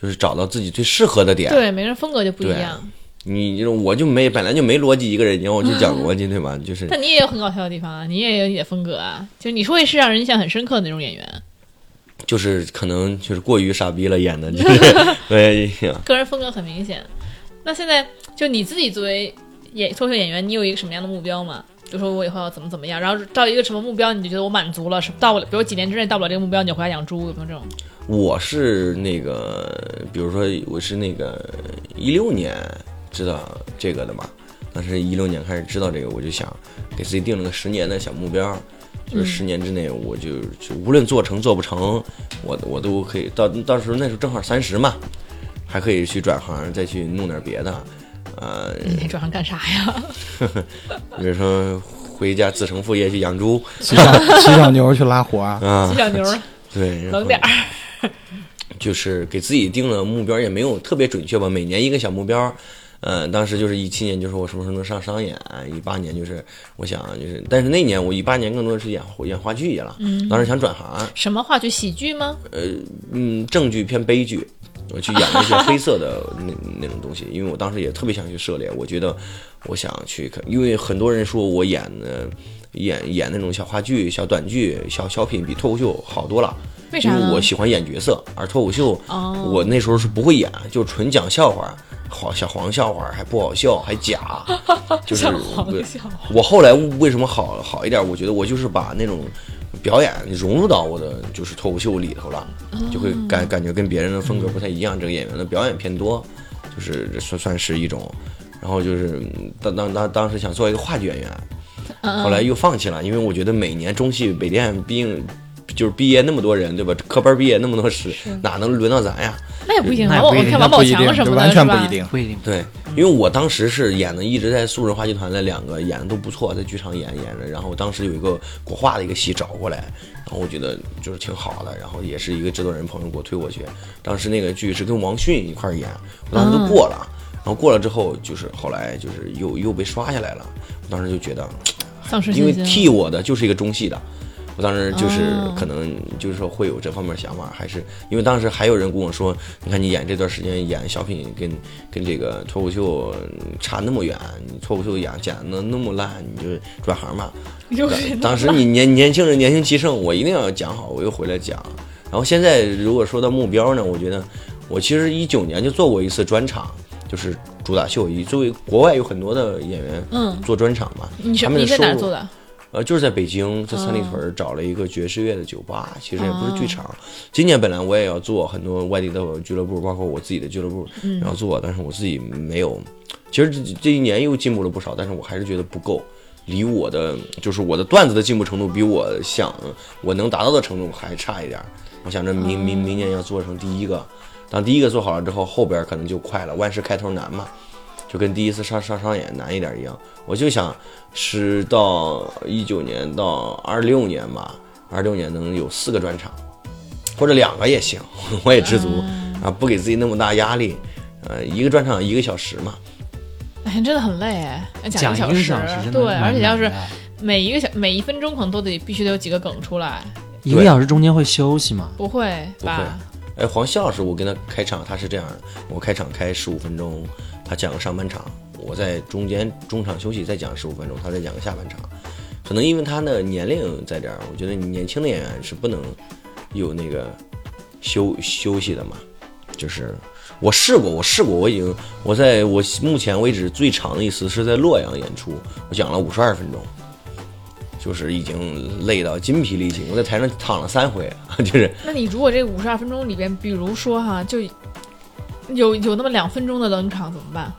Speaker 4: 就是找到自己最适合的点。
Speaker 1: 对，每个人风格就不一样，
Speaker 4: 你你我就没本来就没逻辑一个人，你让我去讲 逻辑，对吧？就是
Speaker 1: 但你也有很搞笑的地方啊，你也有你的风格啊，就你说也是让人印象很深刻的那种演员，
Speaker 4: 就是可能就是过于傻逼了，演的就是 对呀
Speaker 1: 个人风格很明显。那现在就你自己作为演脱口秀演员，你有一个什么样的目标吗？比如说我以后要怎么怎么样，然后到一个什么目标，你就觉得我满足了，是到不了，比如几年之内到不了这个目标，你就回家养猪，有没有这种？
Speaker 4: 我是那个，比如说我是那个一六年知道这个的嘛，当时一六年开始知道这个，我就想给自己定了个十年的小目标，
Speaker 1: 嗯
Speaker 4: 就是十年之内我就就无论做成做不成，我我都可以到到时候那时候正好三十嘛，还可以去转行再去弄点别的，呃，
Speaker 1: 你那转行干啥呀？
Speaker 4: 比如说回家自成副业去养猪
Speaker 2: 骑小骑小牛去拉活儿，
Speaker 4: 啊
Speaker 1: 骑，小牛儿，
Speaker 4: 对，然后
Speaker 1: 冷点儿。
Speaker 4: 就是给自己定了目标，也没有特别准确吧，每年一个小目标。嗯，当时就是一七年，就是我什么时候能上商演；啊一八年就是我想就是，但是那年我一八年更多的是演演话剧去了，当时想转行，
Speaker 1: 什么话剧？喜剧吗？
Speaker 4: 嗯，正剧偏悲剧，我去演那些黑色的那那种东西，因为我当时也特别想去涉猎，我觉得我想去看，因为很多人说我演的演演那种小话剧、小短剧、小小品比脱口秀好多了，
Speaker 1: 为啥
Speaker 4: 因
Speaker 1: 呢
Speaker 4: 为 我喜欢演角色，而脱口秀，
Speaker 1: 哦
Speaker 4: 我那时候是不会演，就纯讲笑话，好小黄笑话还不好笑，还 假，就是
Speaker 1: 小黄
Speaker 4: 对
Speaker 1: 笑话
Speaker 4: 我后来为什么好好一点？我觉得我就是把那种表演融入到我的就是脱口秀里头了，
Speaker 1: 哦
Speaker 4: 就会感感觉跟别人的风格不太一样。这个演员的表演偏多，就是这算算是一种。然后就是嗯当当当当时想做一个话剧演员，
Speaker 1: 嗯
Speaker 4: 后来又放弃了，因为我觉得每年中戏北电毕竟就是毕业那么多人，对吧？科班毕业那么多师，哪能轮到咱呀？
Speaker 1: 那也不一定。
Speaker 3: 那也
Speaker 1: 王
Speaker 3: 不一
Speaker 1: 我
Speaker 3: 定
Speaker 1: 看
Speaker 2: 那
Speaker 1: 王宝
Speaker 2: 不一定
Speaker 1: 强什么
Speaker 2: 就
Speaker 1: 的，
Speaker 2: 完全
Speaker 1: 是
Speaker 2: 不
Speaker 1: 吧
Speaker 2: 一。定。
Speaker 3: 不一定。
Speaker 4: 对，因为我当时是演的，一直在素人话剧团的两个演的都不错，在剧场演演着。然后当时有一个国画的一个戏找过来，然后我觉得就是挺好的。然后也是一个制作人朋友给我推过去，当时那个剧是跟王迅一块儿演，我当时都过了。然后过了之后，就是后来就是又又被刷下来了。我当时就觉得，
Speaker 1: 丧失
Speaker 4: 因为
Speaker 1: 信心
Speaker 4: 替
Speaker 1: 了。
Speaker 4: 我的就是一个中戏的，我当时就是
Speaker 1: 哦
Speaker 4: 可能就是说会有这方面想法，还是因为当时还有人跟我说，你看你演这段时间演小品跟跟这个脱口秀差那么远，你脱口秀演演的那么烂，你就转行吧。
Speaker 1: 就是
Speaker 4: 当时你年年轻人年轻气盛，我一定要讲好，我又回来讲。然后现在如果说到目标呢，我觉得我其实一九年就做过一次专场，就是主打秀，以作为国外有很多的演员，
Speaker 1: 嗯
Speaker 4: 做专场嘛，
Speaker 1: 你
Speaker 4: 他
Speaker 1: 什
Speaker 4: 们
Speaker 1: 你在
Speaker 4: 的收
Speaker 1: 哪儿
Speaker 4: 入
Speaker 1: 做的？
Speaker 4: 呃，就是在北京，在三里
Speaker 1: 哦
Speaker 4: 屯儿找了一个爵士乐的酒吧，其实也不是剧场。今年本来我也要做很多外地的俱乐部，包括我自己的俱乐部，然后做，但是我自己没有。其实这这一年又进步了不少，但是我还是觉得不够，离我的就是我的段子的进步程度比我想我能达到的程度还差一点儿。我想着明明明年要做成第一个，当第一个做好了之后，后边儿可能就快了，万事开头难嘛。就跟第一次上上商演难一点一样。我就想是到一九年到二六年吧，二六年能有四个专场，或者两个也行， 我也知足啊，不给自己那么大压力。呃，一个专场一个小时嘛，
Speaker 1: 哎，真的很累哎，要
Speaker 3: 讲
Speaker 1: 讲
Speaker 3: 一个
Speaker 1: 时，
Speaker 3: 小时真的
Speaker 1: 对，
Speaker 3: 蛮
Speaker 1: 而且要
Speaker 3: 难
Speaker 1: 是
Speaker 3: 的
Speaker 1: 每一个小每一分钟可能都得必须得有几个梗出来，
Speaker 3: 一个小时中间会休息吗？
Speaker 1: 不会
Speaker 4: 不会
Speaker 1: 吧？。
Speaker 4: 哎，黄笑老师，我跟他开场，他是这样的，我开场开十五分钟，他讲个上半场，我在中间中场休息再讲十五分钟，他再讲个下半场。可能因为他的年龄在这儿，我觉得年轻的演员是不能有那个休休息的嘛。就是我试过，我试过，我已经我在我目前为止最长的一次是在洛阳演出，我讲了五十二分钟。就是已经累到筋疲力尽，我在台上躺了三回， 就是
Speaker 1: 那你如果这五十二分钟里边，比如说哈，就有有那么两分钟的冷场怎么办？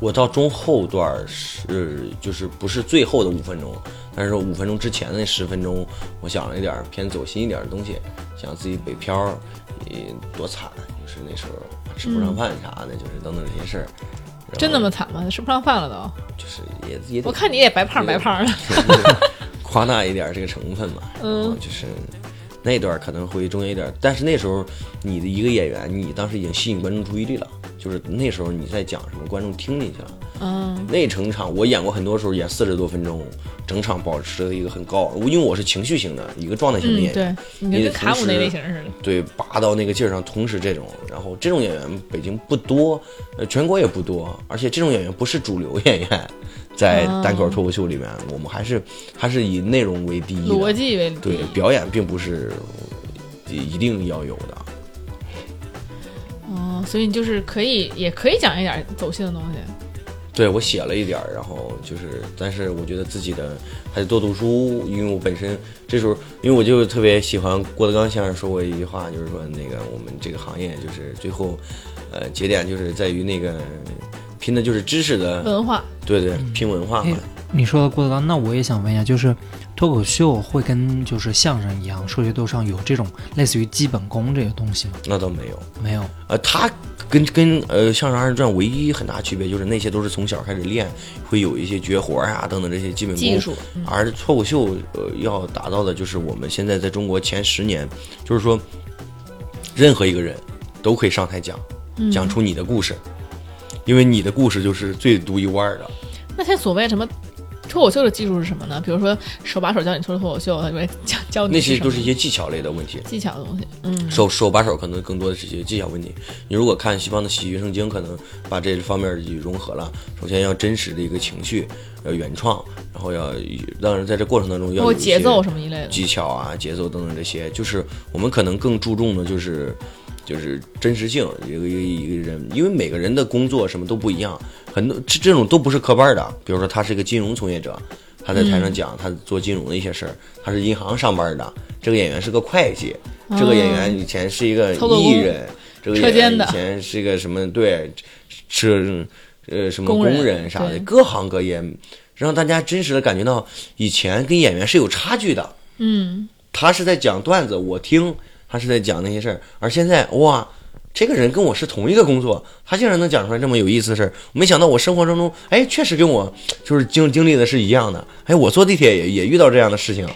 Speaker 4: 我到中后段儿是就是不是最后的五分钟，但是五分钟之前的那十分钟，我想了一点儿偏走心一点儿的东西，想自己北漂儿，也多惨，就是那时候吃不上饭啥的，就是等等这些事儿。然后
Speaker 1: 真那么惨吗？吃不上饭了都？
Speaker 4: 就是也也得
Speaker 1: 我看你也白胖
Speaker 4: 对
Speaker 1: 白胖的，
Speaker 4: 夸大一点儿这个成分嘛，
Speaker 1: 嗯
Speaker 4: 然后就是那段儿可能会中间一点儿，但是那时候你的一个演员，你当时已经吸引观众注意力了，就是那时候你在讲什么，观众听进去了。
Speaker 1: 嗯，
Speaker 4: 那整场我演过很多时候演四十多分钟，整场保持了一个很高，因为我是情绪型的一个状态型的
Speaker 1: 嗯，
Speaker 4: 演员，
Speaker 1: 对，你就
Speaker 4: 你
Speaker 1: 跟
Speaker 4: 得
Speaker 1: 卡姆
Speaker 4: 同
Speaker 1: 那
Speaker 4: 时
Speaker 1: 类型似的。
Speaker 4: 对拔到那个劲儿上，同时这种，然后这种演员北京不多，呃，全国也不多，而且这种演员不是主流演员，在
Speaker 1: 哦
Speaker 4: 单口脱口秀里面，我们还是还是以内容为第一的，
Speaker 1: 逻辑为
Speaker 4: 对表演并不是一定要有的，
Speaker 1: 哦，所以你就是可以，也可以讲一点走心的东西。
Speaker 4: 对我写了一点儿，然后就是，但是我觉得自己的还得多读书，因为我本身这时候，因为我就特别喜欢郭德纲先生说过一句话，就是说那个我们这个行业就是最后，呃，节点就是在于那个拼的就是知识的，
Speaker 1: 文化，
Speaker 4: 对对，拼文化嘛。
Speaker 3: 你说到郭德纲，那我也想问一下，就是脱口秀会跟就是相声一样，说学逗唱有这种类似于基本功这个东西吗？
Speaker 4: 那倒没有，
Speaker 3: 没有，
Speaker 4: 呃，他跟跟呃相声二人转唯一很大区别就是那些都是从小开始练，会有一些绝活儿啊等等这些基本功
Speaker 1: 技术嗯
Speaker 4: 而脱口秀呃要达到的就是我们现在在中国前十年，就是说，任何一个人都可以上台讲，
Speaker 1: 嗯
Speaker 4: 讲出你的故事，因为你的故事就是最独一无二的。
Speaker 1: 那他所谓什么脱口秀的技术是什么呢？比如说手把手教你说脱口秀，他们教教你
Speaker 4: 那些
Speaker 1: 什
Speaker 4: 都
Speaker 1: 么
Speaker 4: 是一些技巧类的问题，
Speaker 1: 技巧的东西。嗯，
Speaker 4: 手手把手可能更多的是些技巧问题。你如果看西方的喜剧圣经，可能把这方面儿就融合了。首先要真实的一个情绪，要原创，然后要让人在这过程当中
Speaker 1: 包
Speaker 4: 要有
Speaker 1: 括
Speaker 4: 一
Speaker 1: 节
Speaker 4: 些
Speaker 1: 奏什么一类的。
Speaker 4: 技巧啊、节奏等等这些，就是我们可能更注重的就是就是真实性，一个一个一个人，因为每个人的工作什么都不一样，很多这这种都不是科班的，比如说他是一个金融从业者。他在台上讲他做金融的一些事儿，他是银行上班的。这个演员是个会计，这个演员以前是一个
Speaker 1: 操作工
Speaker 4: 艺人，这个
Speaker 1: 车
Speaker 4: 演
Speaker 1: 间
Speaker 4: 员
Speaker 1: 的
Speaker 4: 以前是一个什么对，是呃什么
Speaker 1: 工
Speaker 4: 工
Speaker 1: 人
Speaker 4: 人啥的
Speaker 1: 对，
Speaker 4: 各行各业，让大家真实的感觉到以前跟演员是有差距的。
Speaker 1: 嗯，
Speaker 4: 他是在讲段子，我听他是在讲那些事儿，而现在哇，这个人跟我是同一个工作，他竟然能讲出来这么有意思的事儿，没想到我生活当中，哎，确实跟我就是经经历的是一样的，哎，我坐地铁也也遇到这样的事情，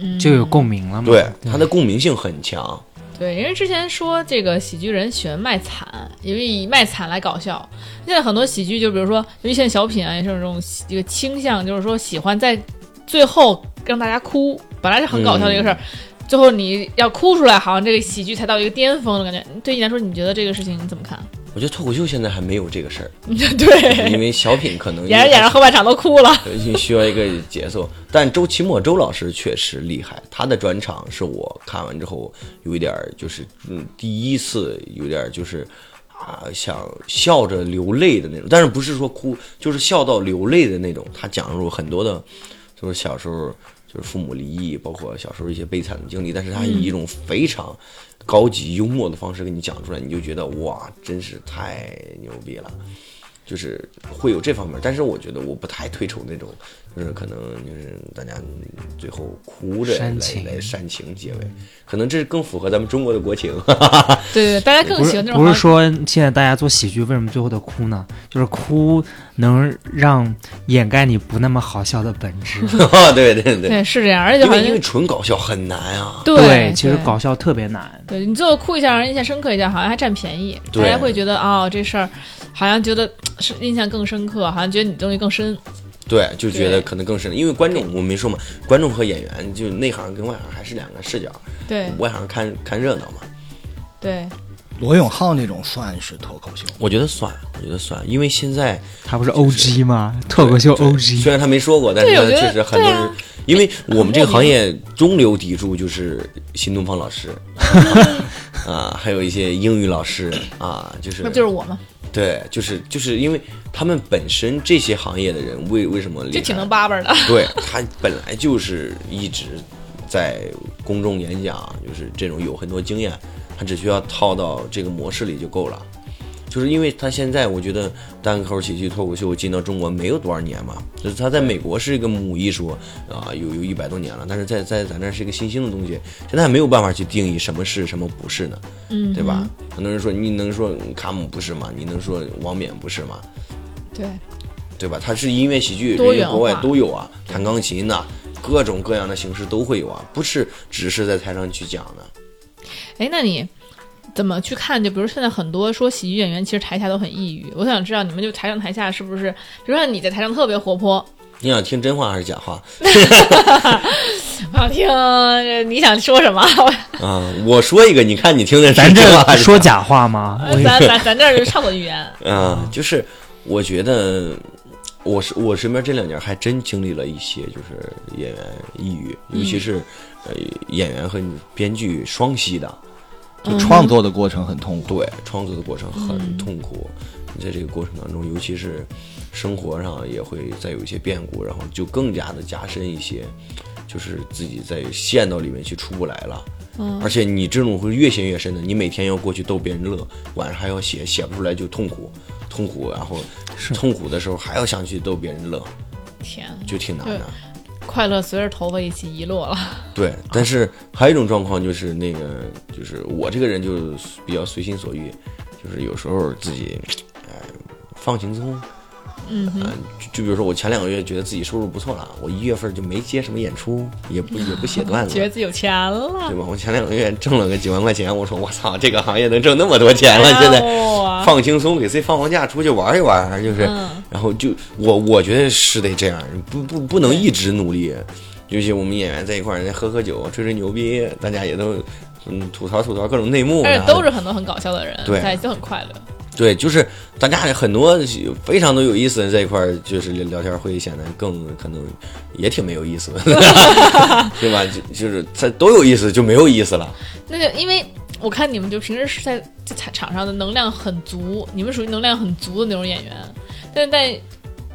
Speaker 1: 嗯
Speaker 3: 就有共鸣了嘛？
Speaker 4: 对，他的共鸣性很强，
Speaker 1: 对，因为之前说这个喜剧人喜欢卖惨，因为以卖惨来搞笑。现在很多喜剧，就比如说，尤其现在小品啊，也是有这种喜这个倾向，就是说喜欢在最后让大家哭，本来是很搞笑的一个事儿。最后你要哭出来，好像这个喜剧才到一个巅峰的感觉。对你来说，你觉得这个事情你怎么看？
Speaker 4: 我觉得脱口秀现在还没有这个事儿，因
Speaker 1: 对，
Speaker 4: 为小品可能
Speaker 1: 演着演着后半场都哭了。
Speaker 4: 呃需要一个节奏。但周奇墨周老师确实厉害，他的专场是我看完之后有一点儿就是，嗯，第一次有点儿就是。啊，想笑着流泪的那种，但是不是说哭，就是笑到流泪的那种。他讲述很多的，就是小时候就是父母离异，包括小时候一些悲惨的经历，但是
Speaker 1: 嗯
Speaker 4: 他以一种非常高级幽默的方式给你讲出来，你就觉得哇，真是太牛逼了。就是会有这方面。但是我觉得我不太推崇那种，就是可能就是大家最后哭着来
Speaker 3: 煽情
Speaker 4: 来煽情结尾，可能这是更符合咱们中国的国情。
Speaker 1: 对对对，大家更
Speaker 3: 不
Speaker 1: 喜
Speaker 3: 是
Speaker 1: 欢那种
Speaker 3: 不是
Speaker 1: 好像
Speaker 3: 说现在大家做喜剧为什么最后的哭呢？就是哭能让掩盖你不那么好笑的本 质。
Speaker 4: 对对对，
Speaker 1: 对是这样，而且
Speaker 4: 因
Speaker 1: 好
Speaker 4: 为
Speaker 1: 像
Speaker 4: 因为纯搞笑很难啊。
Speaker 1: 对
Speaker 3: 其实
Speaker 1: 对
Speaker 3: 搞笑特别难。
Speaker 1: 对你最后哭一下，让人印象深刻一下，好像还占便宜，大
Speaker 4: 对
Speaker 1: 家会觉得哦，这事儿好像觉得是印象更深刻，好像觉得你东西更深。
Speaker 4: 对，就觉
Speaker 1: 对
Speaker 4: 得可能更深，因为观众我没说嘛，观众和演员就内行跟外行还是两个视角，
Speaker 1: 对
Speaker 4: 外行看看热闹嘛。
Speaker 1: 对，
Speaker 2: 罗永浩那种算是脱口秀，
Speaker 4: 我觉得算，我觉得算，因为现在
Speaker 3: 他不是 O G 吗？脱口秀
Speaker 4: 对
Speaker 3: O
Speaker 4: 虽
Speaker 3: G，
Speaker 4: 然他没说过，但是
Speaker 1: 对我
Speaker 4: 他
Speaker 1: 觉得
Speaker 4: 确实很多
Speaker 1: 对
Speaker 4: 人，
Speaker 1: 啊
Speaker 4: 因为我们这个行业中流砥柱就是新东方 老师啊，还有一些英语老师啊，就是
Speaker 1: 那不就是我吗？
Speaker 4: 对，就是就是因为他们本身这些行业的人为为什么厉
Speaker 1: 就
Speaker 4: 害
Speaker 1: 挺能叭叭的。
Speaker 4: 对他本来就是一直在公众演讲，就是这种有很多经验，他只需要套到这个模式里就够了。就是因为他现在，我觉得单口喜剧、脱口秀进到中国没有多少年嘛，就是他在美国是一个母艺术啊、有有一百多年了，但是在在咱这儿是一个新兴的东西，现在还没有办法去定义什么是什么不是呢，
Speaker 1: 嗯，
Speaker 4: 对吧？？很多人说你能说卡姆不是吗？你能说王冕不是吗？
Speaker 1: 对，
Speaker 4: 对吧？它是音乐、喜剧，
Speaker 1: 多
Speaker 4: 人
Speaker 1: 元
Speaker 4: 家国外
Speaker 1: 化
Speaker 4: 都有啊，弹钢琴呐、各种各样的形式都会有啊，不是只是在台上去讲的。
Speaker 1: 哎，那你怎么去看？就比如现在很多说喜剧演员，其实台下都很抑郁。我想知道你们就台上台下是不是？比如说你在台上特别活泼，
Speaker 4: 你想听真话还是假话
Speaker 1: 我想啊听呃你想说什么？
Speaker 4: 啊？ 我说一个，你看你听的
Speaker 3: 咱
Speaker 4: 是真话还
Speaker 3: 这
Speaker 4: 是
Speaker 3: 说假话吗？我
Speaker 1: 咱咱咱这儿就畅所欲 言。
Speaker 4: 啊，就是我觉得我是我身边这两年还真经历了一些，就是演员抑郁，尤其是、呃演员和编剧双栖的，啊
Speaker 1: 嗯
Speaker 2: 就创作的过程很痛苦。
Speaker 4: 对创作的过程很痛苦，你在这个过程当中，尤其是生活上也会再有一些变故，然后就更加的加深一些，就是自己在陷到里面去出不来了。
Speaker 1: 嗯
Speaker 4: 而且你这种会越陷越深的，你每天要过去逗别人乐，晚上还要写，写不出来就痛苦，痛苦，然后痛苦的时候还要想去逗别人乐，
Speaker 1: 天，
Speaker 4: 就挺难的。
Speaker 1: 快乐随着头发一起遗落了。
Speaker 4: 对，但是还有一种状况就是那个，就是我这个人就比较随心所欲，就是有时候自己，哎、放轻松，
Speaker 1: 嗯
Speaker 4: 嗯、
Speaker 1: 哼，
Speaker 4: 就就比如说我前两个月觉得自己收入不错了，我一月份就没接什么演出，也不也 不写段子
Speaker 1: 觉，得自己有钱了
Speaker 4: 对。吧？我前两个月挣了个几万块钱，我说我操，这个行业能挣那么多 钱了，现在
Speaker 1: 哦哇
Speaker 4: 放轻松，给自己放放假，出去玩一玩，就是，
Speaker 1: 嗯
Speaker 4: 然后就我我觉得是得这样，不不不能一直努力，尤其我们演员在一块儿，人家喝喝酒，吹吹牛逼，大家也都嗯吐槽吐槽各种内幕，
Speaker 1: 而
Speaker 4: 然
Speaker 1: 且
Speaker 4: 后
Speaker 1: 哎都是很多很搞笑的人，
Speaker 4: 对
Speaker 1: 在一起都很快乐。
Speaker 4: 对，就是大家很多非常都有意思的在一块儿，就是聊天会显得更可能也挺没有 意思的，对吧？就就是它都有意思就没有意思了。
Speaker 1: 那就因为我看你们就平时是在在场场上的能量很足，你们属于能量很足的那种演员，但是在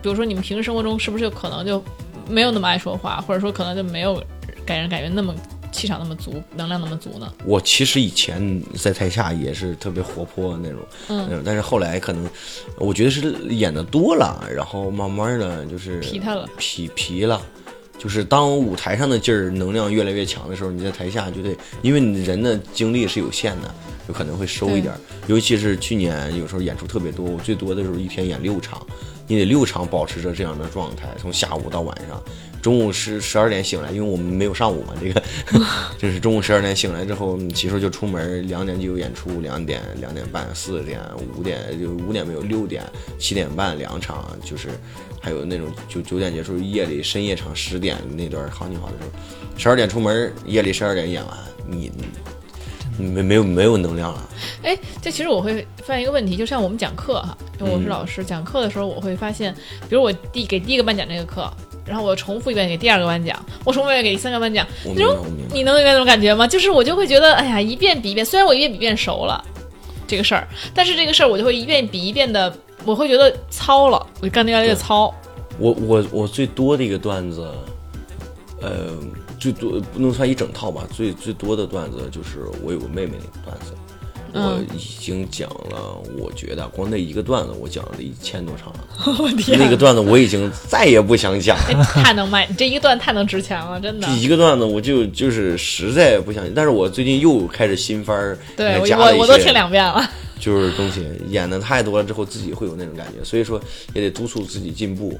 Speaker 1: 比如说你们平时生活中是不是就可能就没有那么爱说话，或者说可能就没有给人感觉那么气场那么足，能量那么足呢？
Speaker 4: 我其实以前在台下也是特别活泼那种，
Speaker 1: 嗯
Speaker 4: 那种，但是后来可能我觉得是演的多了，然后慢慢的就是
Speaker 1: 疲态了
Speaker 4: 疲疲了。就是当舞台上的劲儿能量越来越强的时候，你在台下就得，因为你人的精力是有限的，有可能会收一点儿。尤其是去年有时候演出特别多，我最多的时候一天演六场，你得六场保持着这样的状态，从下午到晚上，中午十十二点醒来，因为我们没有上午嘛，这个就是中午十二点醒来之后，你骑车就出门，两点就有演出，两点、两点半、四点、五点，就五点没有，六点、七点半两场，就是还有那种就九点结束，夜里深夜场十点那段行情好的时候，十二点出门，夜里十二点演完，你你没没有没有能量了，
Speaker 1: 哎，这其实我会发现一个问题，就像我们讲课哈，
Speaker 4: 嗯
Speaker 1: 因为我是老师，讲课的时候我会发现，比如我第给第一个班讲这个课，然后我重复一遍给第二个班讲，我重复一遍给第三个班讲，
Speaker 4: 我
Speaker 1: 这
Speaker 4: 明白，
Speaker 1: 种
Speaker 4: 我明白
Speaker 1: 你。能明白那种感觉吗？就是我就会觉得，哎呀，一遍比一遍，虽然我一遍比一遍熟了这个事儿，但是这个事儿我就会一遍比一遍的，我会觉得糙了，我干的越来越糙。
Speaker 4: 我我我最多的一个段子，呃，最多不能算一整套吧，最最多的段子就是我有个妹妹那个段子，
Speaker 1: 嗯
Speaker 4: 我已经讲了，我觉得啊光那一个段子我讲了一千多场了，
Speaker 1: 我天，
Speaker 4: 那个段子我已经再也不 想讲了。
Speaker 1: 太能卖，你这一段太能值钱了，真的
Speaker 4: 这。一个段子我就就是实在不想，但是我最近又开始新番儿，
Speaker 1: 对 我
Speaker 4: 加了一
Speaker 1: 我
Speaker 4: 些
Speaker 1: 我都听两遍了，
Speaker 4: 就是东西演的太多了之后，自己会有那种感觉，所以说也得督促自己进步。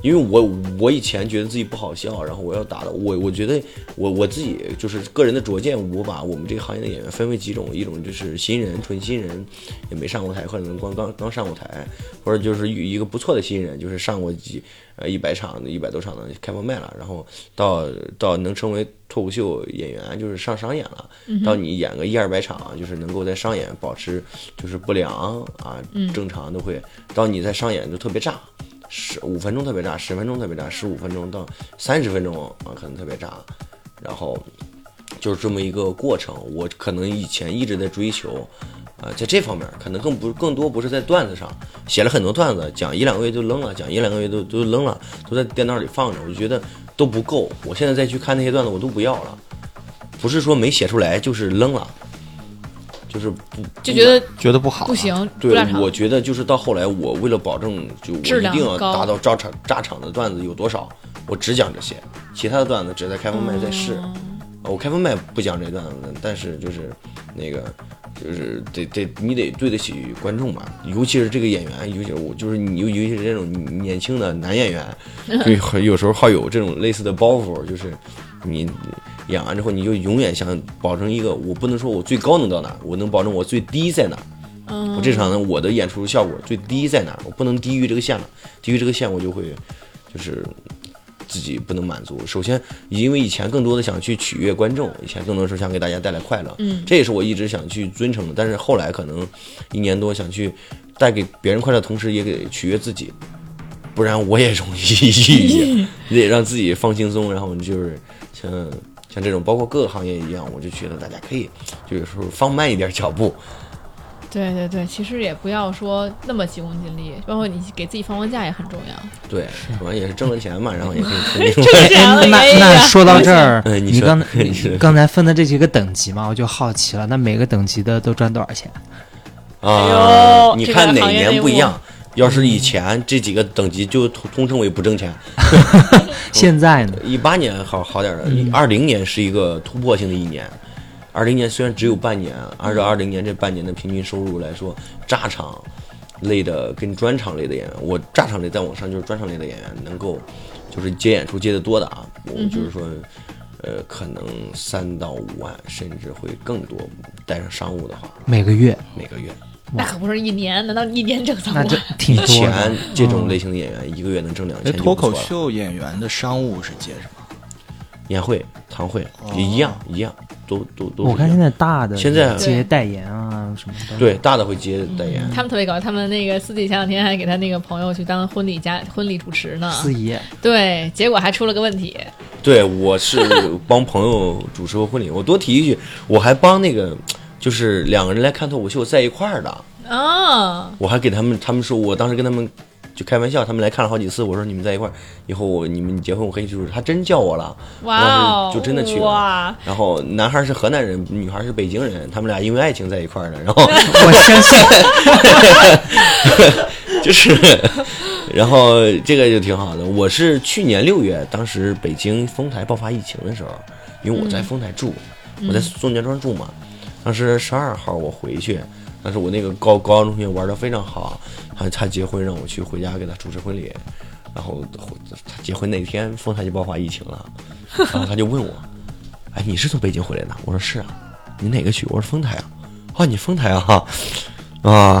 Speaker 4: 因为我我以前觉得自己不好笑，然后我要达到我我觉得我我自己就是个人的拙见，我把我们这个行业的演员分为几种，一种就是新人，纯新人，也没上过台，可能刚刚刚上过台，或者就是一一个不错的新人，就是上过几呃一百场的一百多场的开放麦了，然后到到能成为脱口秀演员，就是上商演了，到你演个一二百场，就是能够在商演保持就是不良啊，正常都会，到你在商演就特别炸。十五分钟特别炸，十分钟特别炸，十五分钟到三十分钟啊，可能特别炸，然后就是这么一个过程。我可能以前一直在追求，啊、在这方面可能更不更多不是在段子上，写了很多段子，讲一两个月就扔了，讲一两个月都都扔了，都在电脑里放着，我就觉得都不够。我现在再去看那些段子，我都不要了，不是说没写出来，就是扔了，就是不
Speaker 1: 就觉得
Speaker 2: 觉得不好、啊
Speaker 1: 不，行，不
Speaker 4: 对
Speaker 1: 大，场
Speaker 4: 我。觉得就是到后来，我为了保证，就我
Speaker 1: 质
Speaker 4: 一
Speaker 1: 量
Speaker 4: 定要
Speaker 1: 高
Speaker 4: 达到炸场炸场的段子有多少，我只讲这些，其他的段子只在开放麦在试。
Speaker 1: 哦
Speaker 4: 我开放麦不讲这段子，但是就是那个，就是得得你得对得起观众吧，尤其是这个演员，尤其是我就是你，尤其是这种年轻的男演员，对，有时候好有这种类似的包袱，就是你演完之后，你就永远想保证一个，我不能说我最高能到哪儿，我能保证我最低在哪儿。我
Speaker 1: 嗯
Speaker 4: 这场呢，我的演出效果最低在哪儿？我不能低于这个线了，低于这个线我就会就是自己不能满足。首先，因为以前更多的想去取悦观众，以前更多的是想给大家带来快乐，嗯，这也是我一直想去遵承的。但是后来可能一年多想去带给别人快乐，同时也给取悦自己，不然我也容易 抑郁。你得让自己放轻松，然后你就是像像这种，包括各个行业一样，我就觉得大家可以就是说放慢一点脚步，
Speaker 1: 对对对，其实也不要说那么急功近利，包括你给自己放放假也很 重要。
Speaker 4: 对，主要也是挣了钱嘛，然后也可以 出去
Speaker 1: 挣
Speaker 3: 哎
Speaker 1: 钱了
Speaker 3: 那
Speaker 1: 可以
Speaker 3: 那
Speaker 1: 啊
Speaker 3: 说到这儿，
Speaker 4: 哎你
Speaker 3: 你
Speaker 4: 说
Speaker 3: 刚才
Speaker 4: 你说
Speaker 3: 刚才分的这几个等级嘛，我就好奇了，那每个等级的都赚多少钱？
Speaker 4: 哦
Speaker 1: 哎
Speaker 4: 啊
Speaker 1: 呦。
Speaker 4: 你
Speaker 1: 这
Speaker 4: 看
Speaker 1: 个
Speaker 4: 哪
Speaker 1: 行业内
Speaker 4: 年不一
Speaker 1: 幕嗯
Speaker 4: 样？要是以前这几个等级就通通称为不挣钱，
Speaker 3: 现在呢？
Speaker 4: 一八年好好点儿
Speaker 1: 嗯
Speaker 4: 了，二零年是一个突破性的一年。二零年虽然只有半年，按照二零年这半年的平均收入来说，炸场类的跟专场类的演员，我炸场类再往上就是专场类的演员，能够就是接演出接的多的啊，我
Speaker 1: 嗯
Speaker 4: 就是说，呃，可能三到五万甚至会更多，带上商务的话，
Speaker 3: 每个月，
Speaker 4: 每个月。
Speaker 1: 那可不是一年，难道你一年挣三
Speaker 3: 那
Speaker 1: 万
Speaker 3: 这？挺
Speaker 4: 以
Speaker 3: 多
Speaker 4: 前
Speaker 3: 的。
Speaker 4: 这种类型的演员一个月能挣两
Speaker 2: 哎，
Speaker 4: 千，
Speaker 2: 脱口秀演员的商务是接什么？
Speaker 4: 宴会、堂会
Speaker 2: 哦
Speaker 4: 也一样一样，都都都是一样。
Speaker 3: 我看现在大的
Speaker 4: 现在
Speaker 3: 接代言啊什么的，，
Speaker 4: 对大的会接代言，
Speaker 1: 他们特别搞笑，他们那个司机前两天还给他那个朋友去当婚礼家婚礼主持呢，
Speaker 3: 司仪
Speaker 1: 对，结果还出了个问题，
Speaker 4: 对我是帮朋友主持过婚礼。我多提一句，我还帮那个就是两个人来看脱口秀在一块儿的，
Speaker 1: 啊，
Speaker 4: 我还给他们他们说，我当时跟他们就开玩笑，他们来看了好几次，我说你们在一块儿，以后我你们结婚我可以去主持，他真叫我了，
Speaker 1: 哇
Speaker 4: 我当
Speaker 1: 哦，
Speaker 4: 时就真的去了。
Speaker 1: 哇，
Speaker 4: 然后男孩是河南人，女孩是北京人，他们俩因为爱情在一块儿的。然后
Speaker 3: 我相信
Speaker 4: 就是，然后这个就挺好的。我是去年六月，当时北京丰台爆发疫情的时候，因为我在丰台住，我在宋家庄住嘛。当时十二号我回去，当时我那个高高中同学玩的非常好，他他结婚让我去回家给他主持婚礼，然后他结婚那天丰台就爆发疫情了，然后他就问我， 哎，你是从北京回来的？我说是啊，你哪个区？我说丰台啊，啊，你丰台啊。啊，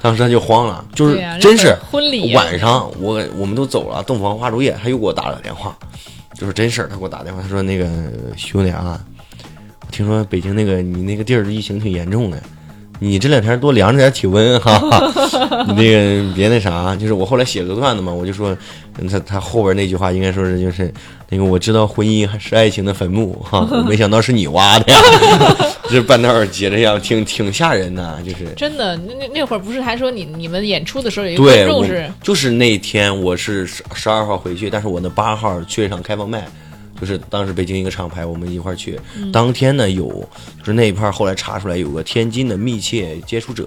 Speaker 4: 当时他就慌了，就是
Speaker 1: 对啊呀
Speaker 4: 真是
Speaker 1: 日本婚礼啊
Speaker 4: 晚上我我们都走了，洞房花烛夜，他又给我打了电话，就是真事儿，他给我打电话，他说那个兄弟啊，我听说北京那个你那个地儿疫情挺严重的， 你这两天多量着点体温哈、哈，你这个别那啥，就是我后来写了个段子嘛，我就说嗯他他后边那句话应该说是就是那个我知道婚姻还是爱情的坟墓哈、我没想到是你挖的呀， 这半道儿截着呀，挺挺吓人的，啊就是
Speaker 1: 真的，那那那会儿不是还说你你们演出的时候有一个
Speaker 4: 对，
Speaker 1: 观众
Speaker 4: 我
Speaker 1: 是
Speaker 4: 就是那天我是十十二号回去，但是我那八号去一场开放麦，就是当时北京一个厂牌，我们一块儿去。
Speaker 1: 嗯
Speaker 4: 当天呢有，就是那一块儿后来查出来有个天津的密切接触者，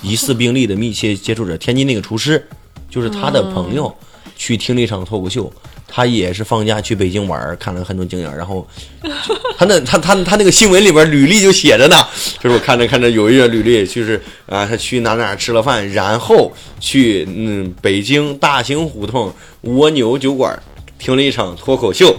Speaker 4: 疑似病例的密切接触者，天津那个厨师就是他
Speaker 1: 嗯
Speaker 4: 的朋友去听了一场脱口秀。他也是放假去北京玩儿，看了很多景点儿，然后他那他他他那个新闻里边儿履历就写着呢，就是我看着看着有一个履历，就是啊，他去哪哪儿吃了饭，然后去嗯北京大兴胡同蜗牛酒馆儿听了一场脱口秀。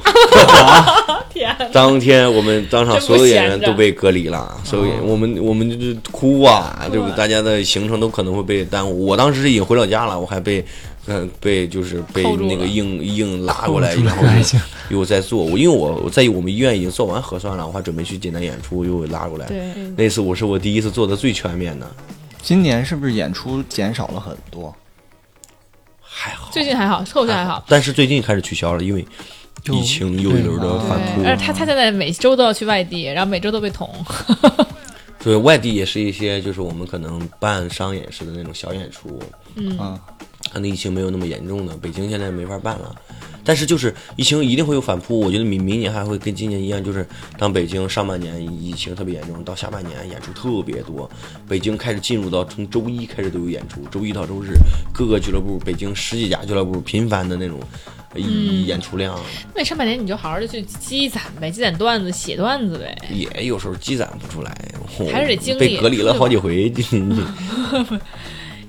Speaker 1: 天，
Speaker 4: 当天我们当场所有演
Speaker 1: 啊
Speaker 4: 员
Speaker 1: 真不闲着哦
Speaker 4: 都被隔离了，所有演员我们我们就是哭啊，就是大家的行程都可能会被耽误。我当时已经回老家了，我还被。嗯，被就是被
Speaker 1: Hold 住
Speaker 4: 那个
Speaker 1: 了
Speaker 4: 硬硬拉过来，
Speaker 3: Hold 住
Speaker 4: 然
Speaker 3: 了
Speaker 4: 后 又又在做。我因为我我在我们医院已经做完核酸了，我还准备去济南演出，又拉过来。
Speaker 1: 对，
Speaker 4: 那次我是我第一次做的最全面的，
Speaker 2: 今年是不是演出减少了很多？
Speaker 4: 还好。
Speaker 1: 最近还好，凑合下还好。
Speaker 4: 但是最近开始取消了，因为
Speaker 3: 就
Speaker 4: 疫情又一轮的
Speaker 2: 对
Speaker 4: 反
Speaker 1: 嗯对，而
Speaker 4: 扑。
Speaker 1: 且他他现在每周都要去外地，然后每周都被捅。
Speaker 4: 对外地也是一些，就是我们可能办商演式的那种小演出，
Speaker 3: 啊
Speaker 1: 嗯，
Speaker 2: 嗯，
Speaker 4: 可能疫情没有那么严重的，北京现在没法办了。但是就是疫情一定会有反扑，我觉得明明年还会跟今年一样，就是当北京上半年疫情特别严重，到下半年演出特别多，北京开始进入到从周一开始都有演出，周一到周日各个俱乐部，北京十几家俱乐部频繁的那种呃
Speaker 1: 嗯
Speaker 4: 演出量，
Speaker 1: 那上半年你就好好的去积攒呗，积攒段子，写段子呗。
Speaker 4: 也有时候积攒不出来，
Speaker 1: 还是得经历
Speaker 4: 被隔离了好几回，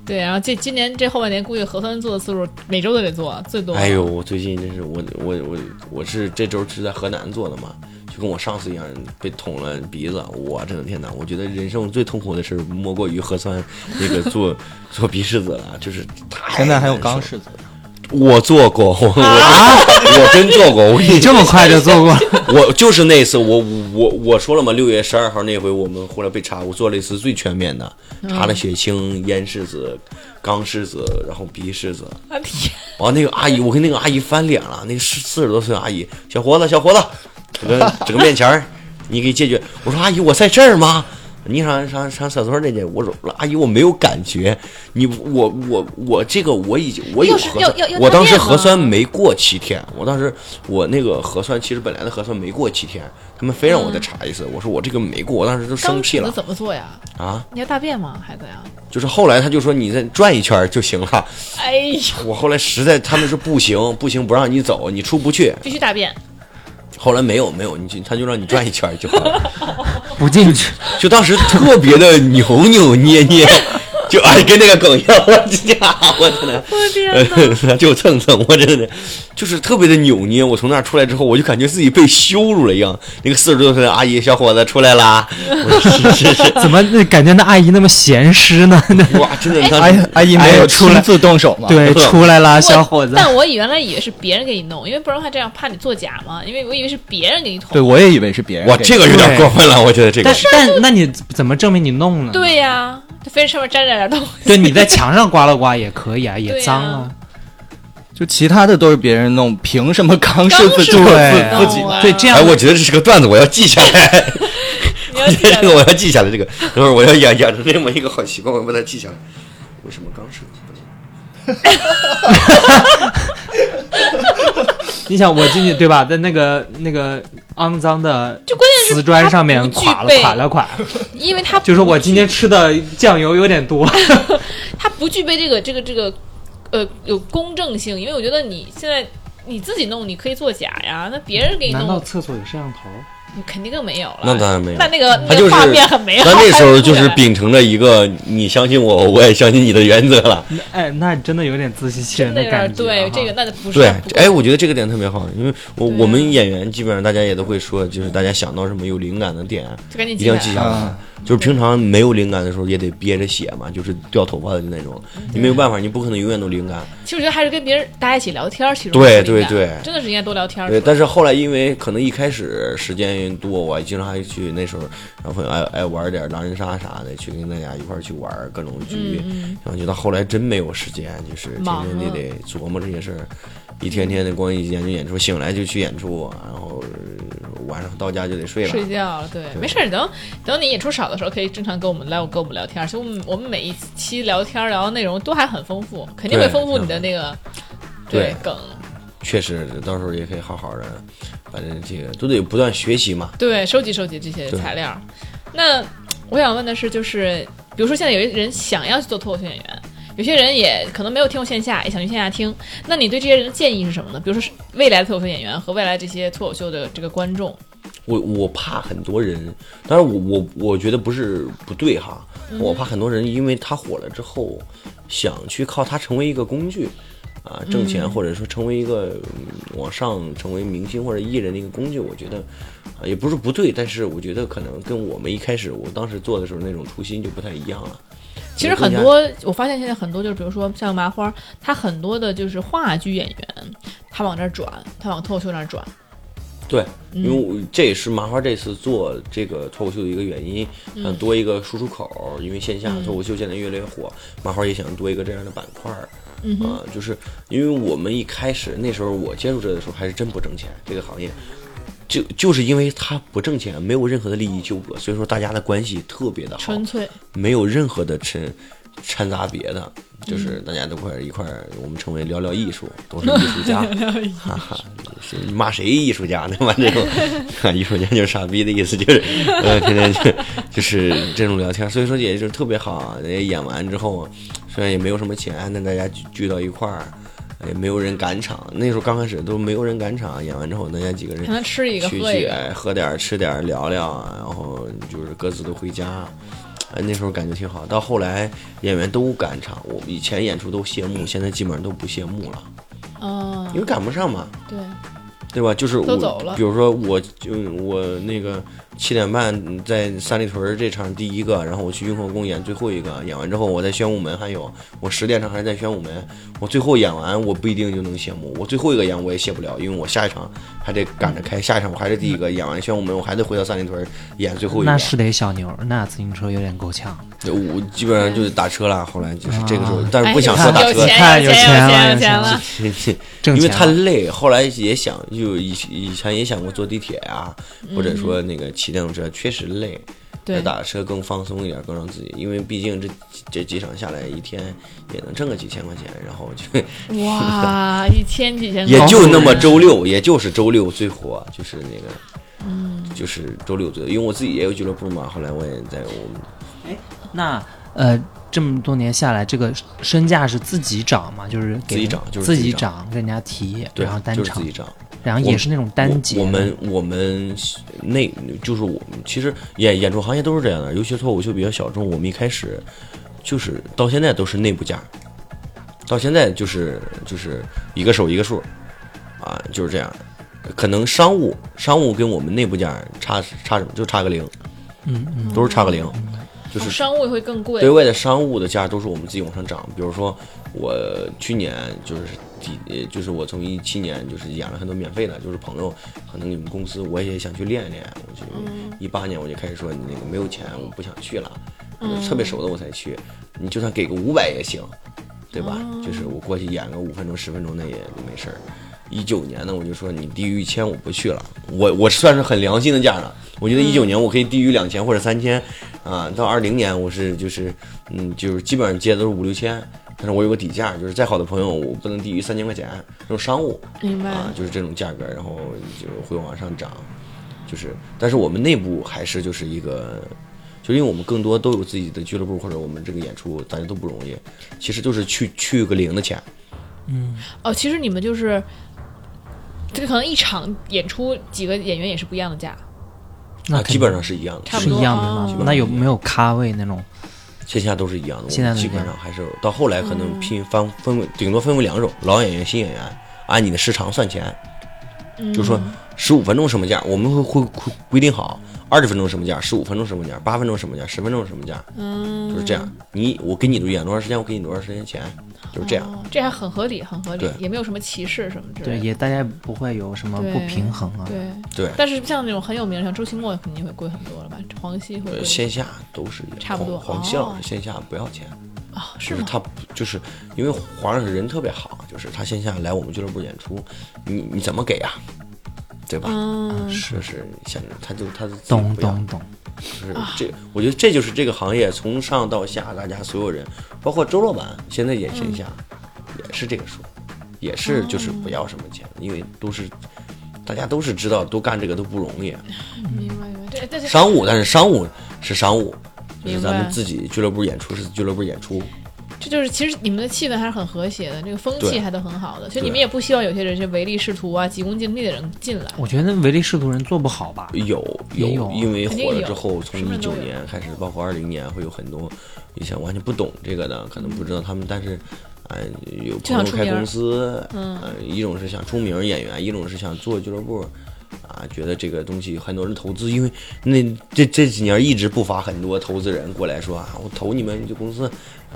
Speaker 1: 对，然后这今年这后半年估计核酸做的次数每周都得做，最多。
Speaker 4: 哎呦，，我最近真是我我我我是这周是在河南做的嘛，就跟我上次一样被捅了鼻子。我真的天哪，我觉得人生最痛苦的事儿莫过于核酸那个做 做鼻拭子了，就是太
Speaker 2: 现在还有
Speaker 4: 难受
Speaker 2: 钢
Speaker 4: 了
Speaker 2: 柿子，
Speaker 4: 我做过，我我我真做过，我跟你
Speaker 3: 你这么快就做过？
Speaker 4: 我就是那次，我我我说了嘛，六月十二号那回我们后来被查，我做了一次最全面的，查了血清、咽拭子、肛拭子，然后鼻拭子。
Speaker 1: 啊天，
Speaker 4: 完、哦那个阿姨，我跟那个阿姨翻脸了，那四四十多岁的阿姨，小伙子，小伙子，整个整个面前儿，你给解决。我说阿姨，我在这儿吗？你上上上厕所那去？我说阿姨，我没有感觉。你我我我这个我已经我有
Speaker 1: 要是
Speaker 4: 核
Speaker 1: 要
Speaker 4: 酸
Speaker 1: 要要，
Speaker 4: 我当时
Speaker 1: 大便吗
Speaker 4: 核酸没过七天，我当时我那个核酸其实本来的核酸没过七天，他们非让我再查一次。我说我这个没过，我当时都生
Speaker 1: 刚
Speaker 4: 气
Speaker 1: 尺子
Speaker 4: 了
Speaker 1: 怎么做呀？
Speaker 4: 啊！
Speaker 1: 你要大便吗，孩子呀？
Speaker 4: 就是后来他就说你再转一圈儿就行了。
Speaker 1: 哎呦，
Speaker 4: 我后来实在他们说不行不行，不让你走，你出不去。
Speaker 1: 必须大便。
Speaker 4: 后来没有没有，你就他就让你转一圈儿就好了，
Speaker 3: 不进去，
Speaker 4: 就当时特别的扭扭捏捏，就哎跟那个梗一样，我这家伙真的。
Speaker 1: 我天
Speaker 3: 哎
Speaker 1: 哪！
Speaker 4: 呃，就蹭蹭，我真的就是特别的扭捏。我从那儿出来之后，我就感觉自己被羞辱了一样。那个四十多岁的阿姨小伙子出来啦， 我说是是是，
Speaker 3: 怎么那感觉那阿姨那么闲适 呢？那
Speaker 4: 哇，真的，你看
Speaker 2: 阿姨阿姨
Speaker 3: 哎
Speaker 2: 没有
Speaker 3: 呀出来
Speaker 2: 亲自动手吗？，
Speaker 3: 对，出来啦，
Speaker 1: 我
Speaker 3: 小伙子。
Speaker 1: 但我以原来以为是别人给你弄，因为不然的话这样怕你作假嘛，因为我以为是别人给你捅
Speaker 2: 对。我也以为是别人给。
Speaker 4: 哇，这个有点过分了，我觉得这个
Speaker 3: 但。但那你怎么证明你弄呢？
Speaker 1: 对呀、就非得上面沾点点东西。
Speaker 3: 对，你在墙上刮了刮也可以啊，也
Speaker 1: 对呀
Speaker 3: 脏啊。
Speaker 2: 就其他的都是别人弄，凭什么钢柿
Speaker 1: 钢
Speaker 2: 子就
Speaker 1: 柿
Speaker 2: 自
Speaker 3: 对啊
Speaker 2: 自己
Speaker 1: 弄啊
Speaker 3: 对，这样
Speaker 4: 哎，我觉得这是个段子，我要记下来。
Speaker 1: 你 要记
Speaker 4: 这
Speaker 3: 哎
Speaker 4: 个
Speaker 1: 得
Speaker 4: 我要记下来，这个等会儿我要养养成这么一个好习惯，我要把它记下来。为什么刚设计不能？
Speaker 3: 你想我进去对吧？在那个那个肮脏的
Speaker 1: 就关键是
Speaker 3: 瓷砖上
Speaker 1: 它
Speaker 3: 面
Speaker 1: 不具
Speaker 3: 垮了
Speaker 1: 备
Speaker 3: 垮了垮，
Speaker 1: 因为他
Speaker 3: 就是我今天吃的酱油有点多。
Speaker 1: 他不具备这个这个这个呃有公正性，因为我觉得你现在你自己弄你可以作假呀，那别 人给你
Speaker 3: 难道
Speaker 1: 弄
Speaker 3: 厕所有摄像头？
Speaker 1: 你肯定更没有了。
Speaker 4: 那当然没有
Speaker 1: 那那个
Speaker 4: 他
Speaker 1: 那
Speaker 4: 就
Speaker 1: 个
Speaker 4: 是
Speaker 1: 画面很美好。
Speaker 4: 咱那时候就是
Speaker 1: 比
Speaker 4: 秉承着一个你相信我，我也相信你的原则了。
Speaker 3: 那哎，那真的有点自欺欺人
Speaker 1: 那有
Speaker 3: 感
Speaker 1: 点
Speaker 3: 觉。
Speaker 1: 对
Speaker 3: 哈
Speaker 1: 这个那就不是
Speaker 4: 啊对
Speaker 1: 不，
Speaker 4: 哎，我觉得这个点特别好，因为我
Speaker 1: 对啊
Speaker 4: 我们演员基本上大家也都会说，就是大家想到什么有灵感的点，
Speaker 1: 就赶紧
Speaker 4: 一
Speaker 1: 记
Speaker 4: 定要
Speaker 1: 下
Speaker 4: 记
Speaker 1: 来
Speaker 4: 下来
Speaker 2: 啊。
Speaker 4: 就是平常没有灵感的时候，也得憋着写嘛，就是掉头发的那种。你没有办法，你不可能永远都灵感。
Speaker 1: 其实我觉得还是跟别人大家一起聊天儿，其实
Speaker 4: 对
Speaker 1: 我觉得应该
Speaker 4: 对对
Speaker 1: 真的是应该多聊天儿。
Speaker 4: 对，但是后来因为可能一开始时间多，我经常还去那时候，然后爱爱玩点狼人杀啥的，去跟大家一块儿去玩各种局，
Speaker 1: 嗯
Speaker 4: 然后就到后来真没有时间，就是天
Speaker 1: 忙
Speaker 4: 天
Speaker 1: 了
Speaker 4: 得得琢磨这些事儿，一天天的光一研究演出，醒来就去演出，啊然后呃晚上到家就得睡了。
Speaker 1: 睡觉了，对，
Speaker 4: 对
Speaker 1: 没事儿。等等你演出少的时候，可以正常跟我们来，我跟我们聊天儿。其实我们我们每一期聊天儿聊的内容都还很丰富，肯定会
Speaker 4: 对
Speaker 1: 丰富
Speaker 4: 嗯
Speaker 1: 你的那个
Speaker 4: 对
Speaker 1: 梗。
Speaker 4: 确实到时候也可以好好的，反正这个都得不断学习嘛。
Speaker 1: 对，收集收集这些
Speaker 4: 对
Speaker 1: 材料。那我想问的是，就是比如说现在有些人想要去做脱口秀演员，有些人也可能没有听过线下，也想去线下听。那你对这些人的建议是什么呢？比如说是未来的脱口秀演员和未来这些脱口秀的这个观众，
Speaker 4: 我我怕很多人，当然我我我觉得不是不对哈，我怕很多人因为他火了之后，想去靠他成为一个工具，啊，挣钱或者说成为一个、嗯往上成为明星或者艺人的一个工具，我觉得、啊也不是不对，但是我觉得可能跟我们一开始我当时做的时候那种初心就不太一样了。
Speaker 1: 其实
Speaker 4: 我更
Speaker 1: 很
Speaker 4: 加
Speaker 1: 多，我发现现在很多就是，比如说像麻花，他很多的就是话剧演员，他往这儿转，他往脱口秀那儿转。
Speaker 4: 对，因为我这也是麻花这次做这个脱口秀的一个原因，想多一个输出口，因为线下脱口秀现在越来越火，麻花也想多一个这样的板块儿。
Speaker 1: 嗯哼，
Speaker 4: 啊，就是因为我们一开始那时候我接触这的时候还是真不挣钱，这个行业，就就是因为它不挣钱，没有任何的利益纠葛，所以说大家的关系特别的好
Speaker 1: 纯，粹。
Speaker 4: 没有任何的掺掺杂别的，就是大家都快一块儿，我们称为聊聊艺术，都是艺术家，哈哈，谁啊骂谁艺术家呢？骂这种 啊艺术家就是傻逼的意思，就是呃，天天就就是这种聊天，所以说也就特别好啊。也演完之后，虽然也没有什么钱，但大家聚聚到一块儿，也没有人赶场。那时候刚开始都没有人赶场，演完之后大家几个人
Speaker 1: 可能吃一个
Speaker 4: 去
Speaker 1: 喝一
Speaker 4: 去
Speaker 1: 个
Speaker 4: 哎喝点儿吃点儿聊聊啊，然后就是各自都回家。哎，那时候感觉挺好。到后来演员都赶场，我以前演出都谢幕，现在基本上都不谢幕了，
Speaker 1: 嗯，
Speaker 4: 因为赶不上嘛。
Speaker 1: 对，
Speaker 4: 对吧？就是
Speaker 1: 都
Speaker 4: 我，
Speaker 1: 走了
Speaker 4: 比如说我，就我那个七点半在三里屯儿这场第一个，然后我去雍和宫演最后一个，演完之后我在宣武门还有，我十点场还是在宣武门，我最后演完我不一定就能谢幕，我最后一个演我也谢不了，因为我下一场还得赶着开，下一场我还是第一个，演完宣武门我还得回到三里屯儿演最后一个，
Speaker 3: 那是得小牛，那自行车有点够
Speaker 1: 啊
Speaker 3: 呛。
Speaker 4: 我基本上就是打车了。后来就是这个时候
Speaker 3: 啊，
Speaker 4: 但是不想
Speaker 1: 哎
Speaker 4: 说打
Speaker 1: 有
Speaker 4: 车，
Speaker 1: 钱，有
Speaker 3: 有
Speaker 1: 钱，有钱，
Speaker 3: 钱有钱了有钱
Speaker 1: 了
Speaker 3: 了。 挣
Speaker 4: 因为
Speaker 3: 钱
Speaker 4: 太
Speaker 3: 了
Speaker 4: 累，后来也想，就以以前也想过坐地铁呀、或者说那个骑电动车，确实累。
Speaker 1: 对
Speaker 4: 打车更放松一点，更让自己，因为毕竟这这几场下来，一天也能挣个几千块钱，然后就
Speaker 1: 哇，一千几千，
Speaker 4: 也就那么周六，也就是周六最火，就是那个，嗯，就是周六最，因为我自己也有俱乐部嘛，后来我也在我们
Speaker 3: 那呃，这么多年下来，这个身价是自己涨嘛？就是给
Speaker 4: 自己
Speaker 3: 人
Speaker 4: 涨就是
Speaker 3: 自
Speaker 4: 自
Speaker 3: 己
Speaker 4: 己涨
Speaker 3: 涨，跟人家提，
Speaker 4: 对
Speaker 3: 然后，单
Speaker 4: 就是自
Speaker 3: 场
Speaker 4: 己，涨。
Speaker 3: 然后
Speaker 4: 我
Speaker 3: 也是那种单节
Speaker 4: 我。我们我们那就是我们其实演演出行业都是这样的，尤其脱口秀比较小众。我们一开始就是到现在都是内部价，到现在就是就是一个手一个数，啊，就是这样的。可能商务商务跟我们内部价差差什么？就差个零，
Speaker 3: 嗯嗯，
Speaker 4: 都是差个零，就是
Speaker 1: 哦商务会更贵
Speaker 4: 对。外的商务的价都是我们自己往上涨。比如说，我去年就是第，呃就是我从一七年就是演了很多免费的，就是朋友可能你们公司我也想去练一练。我就一八年我就开始说，你那个没有钱，我不想去了，
Speaker 1: 嗯
Speaker 4: 特别熟的我才去。你就算给个五百也行，对吧？就是我过去演个五分钟、十分钟那也没事儿。一九年呢，我就说你低于一千我不去了，我我算是很良心的价了。我觉得一九年我可以低于两千或者三千，啊，到二零年我是就是嗯，就是基本上接的都是五六千，但是我有个底价，就是再好的朋友我不能低于三千块钱，这种商务
Speaker 1: 明白
Speaker 4: 啊，就是这种价格，然后就会往上涨，就是，但是我们内部还是就是一个。就因为我们更多都有自己的俱乐部或者我们这个演出，大家都不容易，其实就是去去个零的钱，
Speaker 1: 哦，其实你们就是，这个可能一场演出几个演员也是不一样的价。
Speaker 3: 那
Speaker 4: 啊
Speaker 3: 肯定
Speaker 4: 基本上是一样的，
Speaker 1: 差不
Speaker 3: 是
Speaker 1: 多
Speaker 3: 一样的
Speaker 1: 啊
Speaker 3: 嘛
Speaker 1: 基本？
Speaker 4: 上
Speaker 3: 那有
Speaker 4: 一样
Speaker 3: 没有咖位那种？
Speaker 4: 线下都是一样的，我
Speaker 3: 线下
Speaker 4: 们
Speaker 3: 都一
Speaker 4: 基
Speaker 3: 样
Speaker 4: 本上还是到后来可
Speaker 1: 嗯
Speaker 4: 能拼分分为顶多分为两种，老演员、新演员，按你的时长算钱，
Speaker 1: 嗯
Speaker 4: 就说十五分钟什么价，我们会会会规定好，二十分钟什么价，十五分钟什么价，八分钟什么价，十分钟什么价，
Speaker 1: 嗯，
Speaker 4: 就是这样。你我给你演多长时间，我给你多长时间钱，就是这样。
Speaker 1: 哦，这还很合理，很合理
Speaker 4: 对，
Speaker 1: 也没有什么歧视什么之
Speaker 3: 对，
Speaker 1: 类的。
Speaker 3: 也大家不会有什么不
Speaker 1: 对
Speaker 3: 平衡啊。
Speaker 1: 对，
Speaker 4: 对，
Speaker 1: 但是像那种很有名的，像周奇墨肯定会贵很多了吧？黄西会
Speaker 4: 呃，
Speaker 1: 贵
Speaker 4: 线下都是一样
Speaker 1: 差不多
Speaker 4: 黄黄西老
Speaker 1: 哦
Speaker 4: 师线下不要钱，
Speaker 1: 啊，是
Speaker 4: 就是
Speaker 1: 吗？
Speaker 4: 他不就是因为黄老师人特别好，就是他线下来我们俱乐部演出，你你怎么给呀、对吧？啊
Speaker 1: 嗯，
Speaker 4: 就是想他就他就自己
Speaker 3: 懂
Speaker 4: 不要
Speaker 3: 懂懂，
Speaker 4: 就是这，我觉得这就是这个行业从上
Speaker 1: 嗯
Speaker 4: 到下，大家所有人，包括周老板，现在也线下，也是这个数。也是就是不要什么钱，因为都是大家都是知道都干这个都不容易，
Speaker 1: 明白明白，对，但是
Speaker 4: 商务，但是商务是商务，就是
Speaker 1: 明
Speaker 4: 咱
Speaker 1: 白
Speaker 4: 们自己俱乐部演出是俱乐部演出，
Speaker 1: 这就是其实你们的气氛还是很和谐的，这个风气
Speaker 4: 对
Speaker 1: 还都很好的，所以你
Speaker 4: 对
Speaker 1: 们也不希望有些人是唯利是图啊、急功近利的人进来。
Speaker 3: 我觉得唯利是图人做不好吧？
Speaker 4: 有
Speaker 3: 也
Speaker 2: 啊
Speaker 3: 有
Speaker 4: 因为
Speaker 1: 肯定
Speaker 4: 火了
Speaker 1: 有
Speaker 4: 之后，从
Speaker 1: 什么
Speaker 4: 一
Speaker 1: 人都
Speaker 4: 九
Speaker 1: 有
Speaker 4: 年开始，包括二零年，会有很多以前完全不懂这个的，可能不知道他们，但是。嗯、有
Speaker 1: 就想
Speaker 4: 朋友
Speaker 1: 出
Speaker 4: 开
Speaker 1: 名儿
Speaker 4: 公司，
Speaker 1: 嗯
Speaker 4: 呃，一种是想出名儿演员，一种是想做俱乐部，啊，觉得这个东西很多人投资，因为那这这几年一直不乏很多投资人过来说啊，我投你们这公司，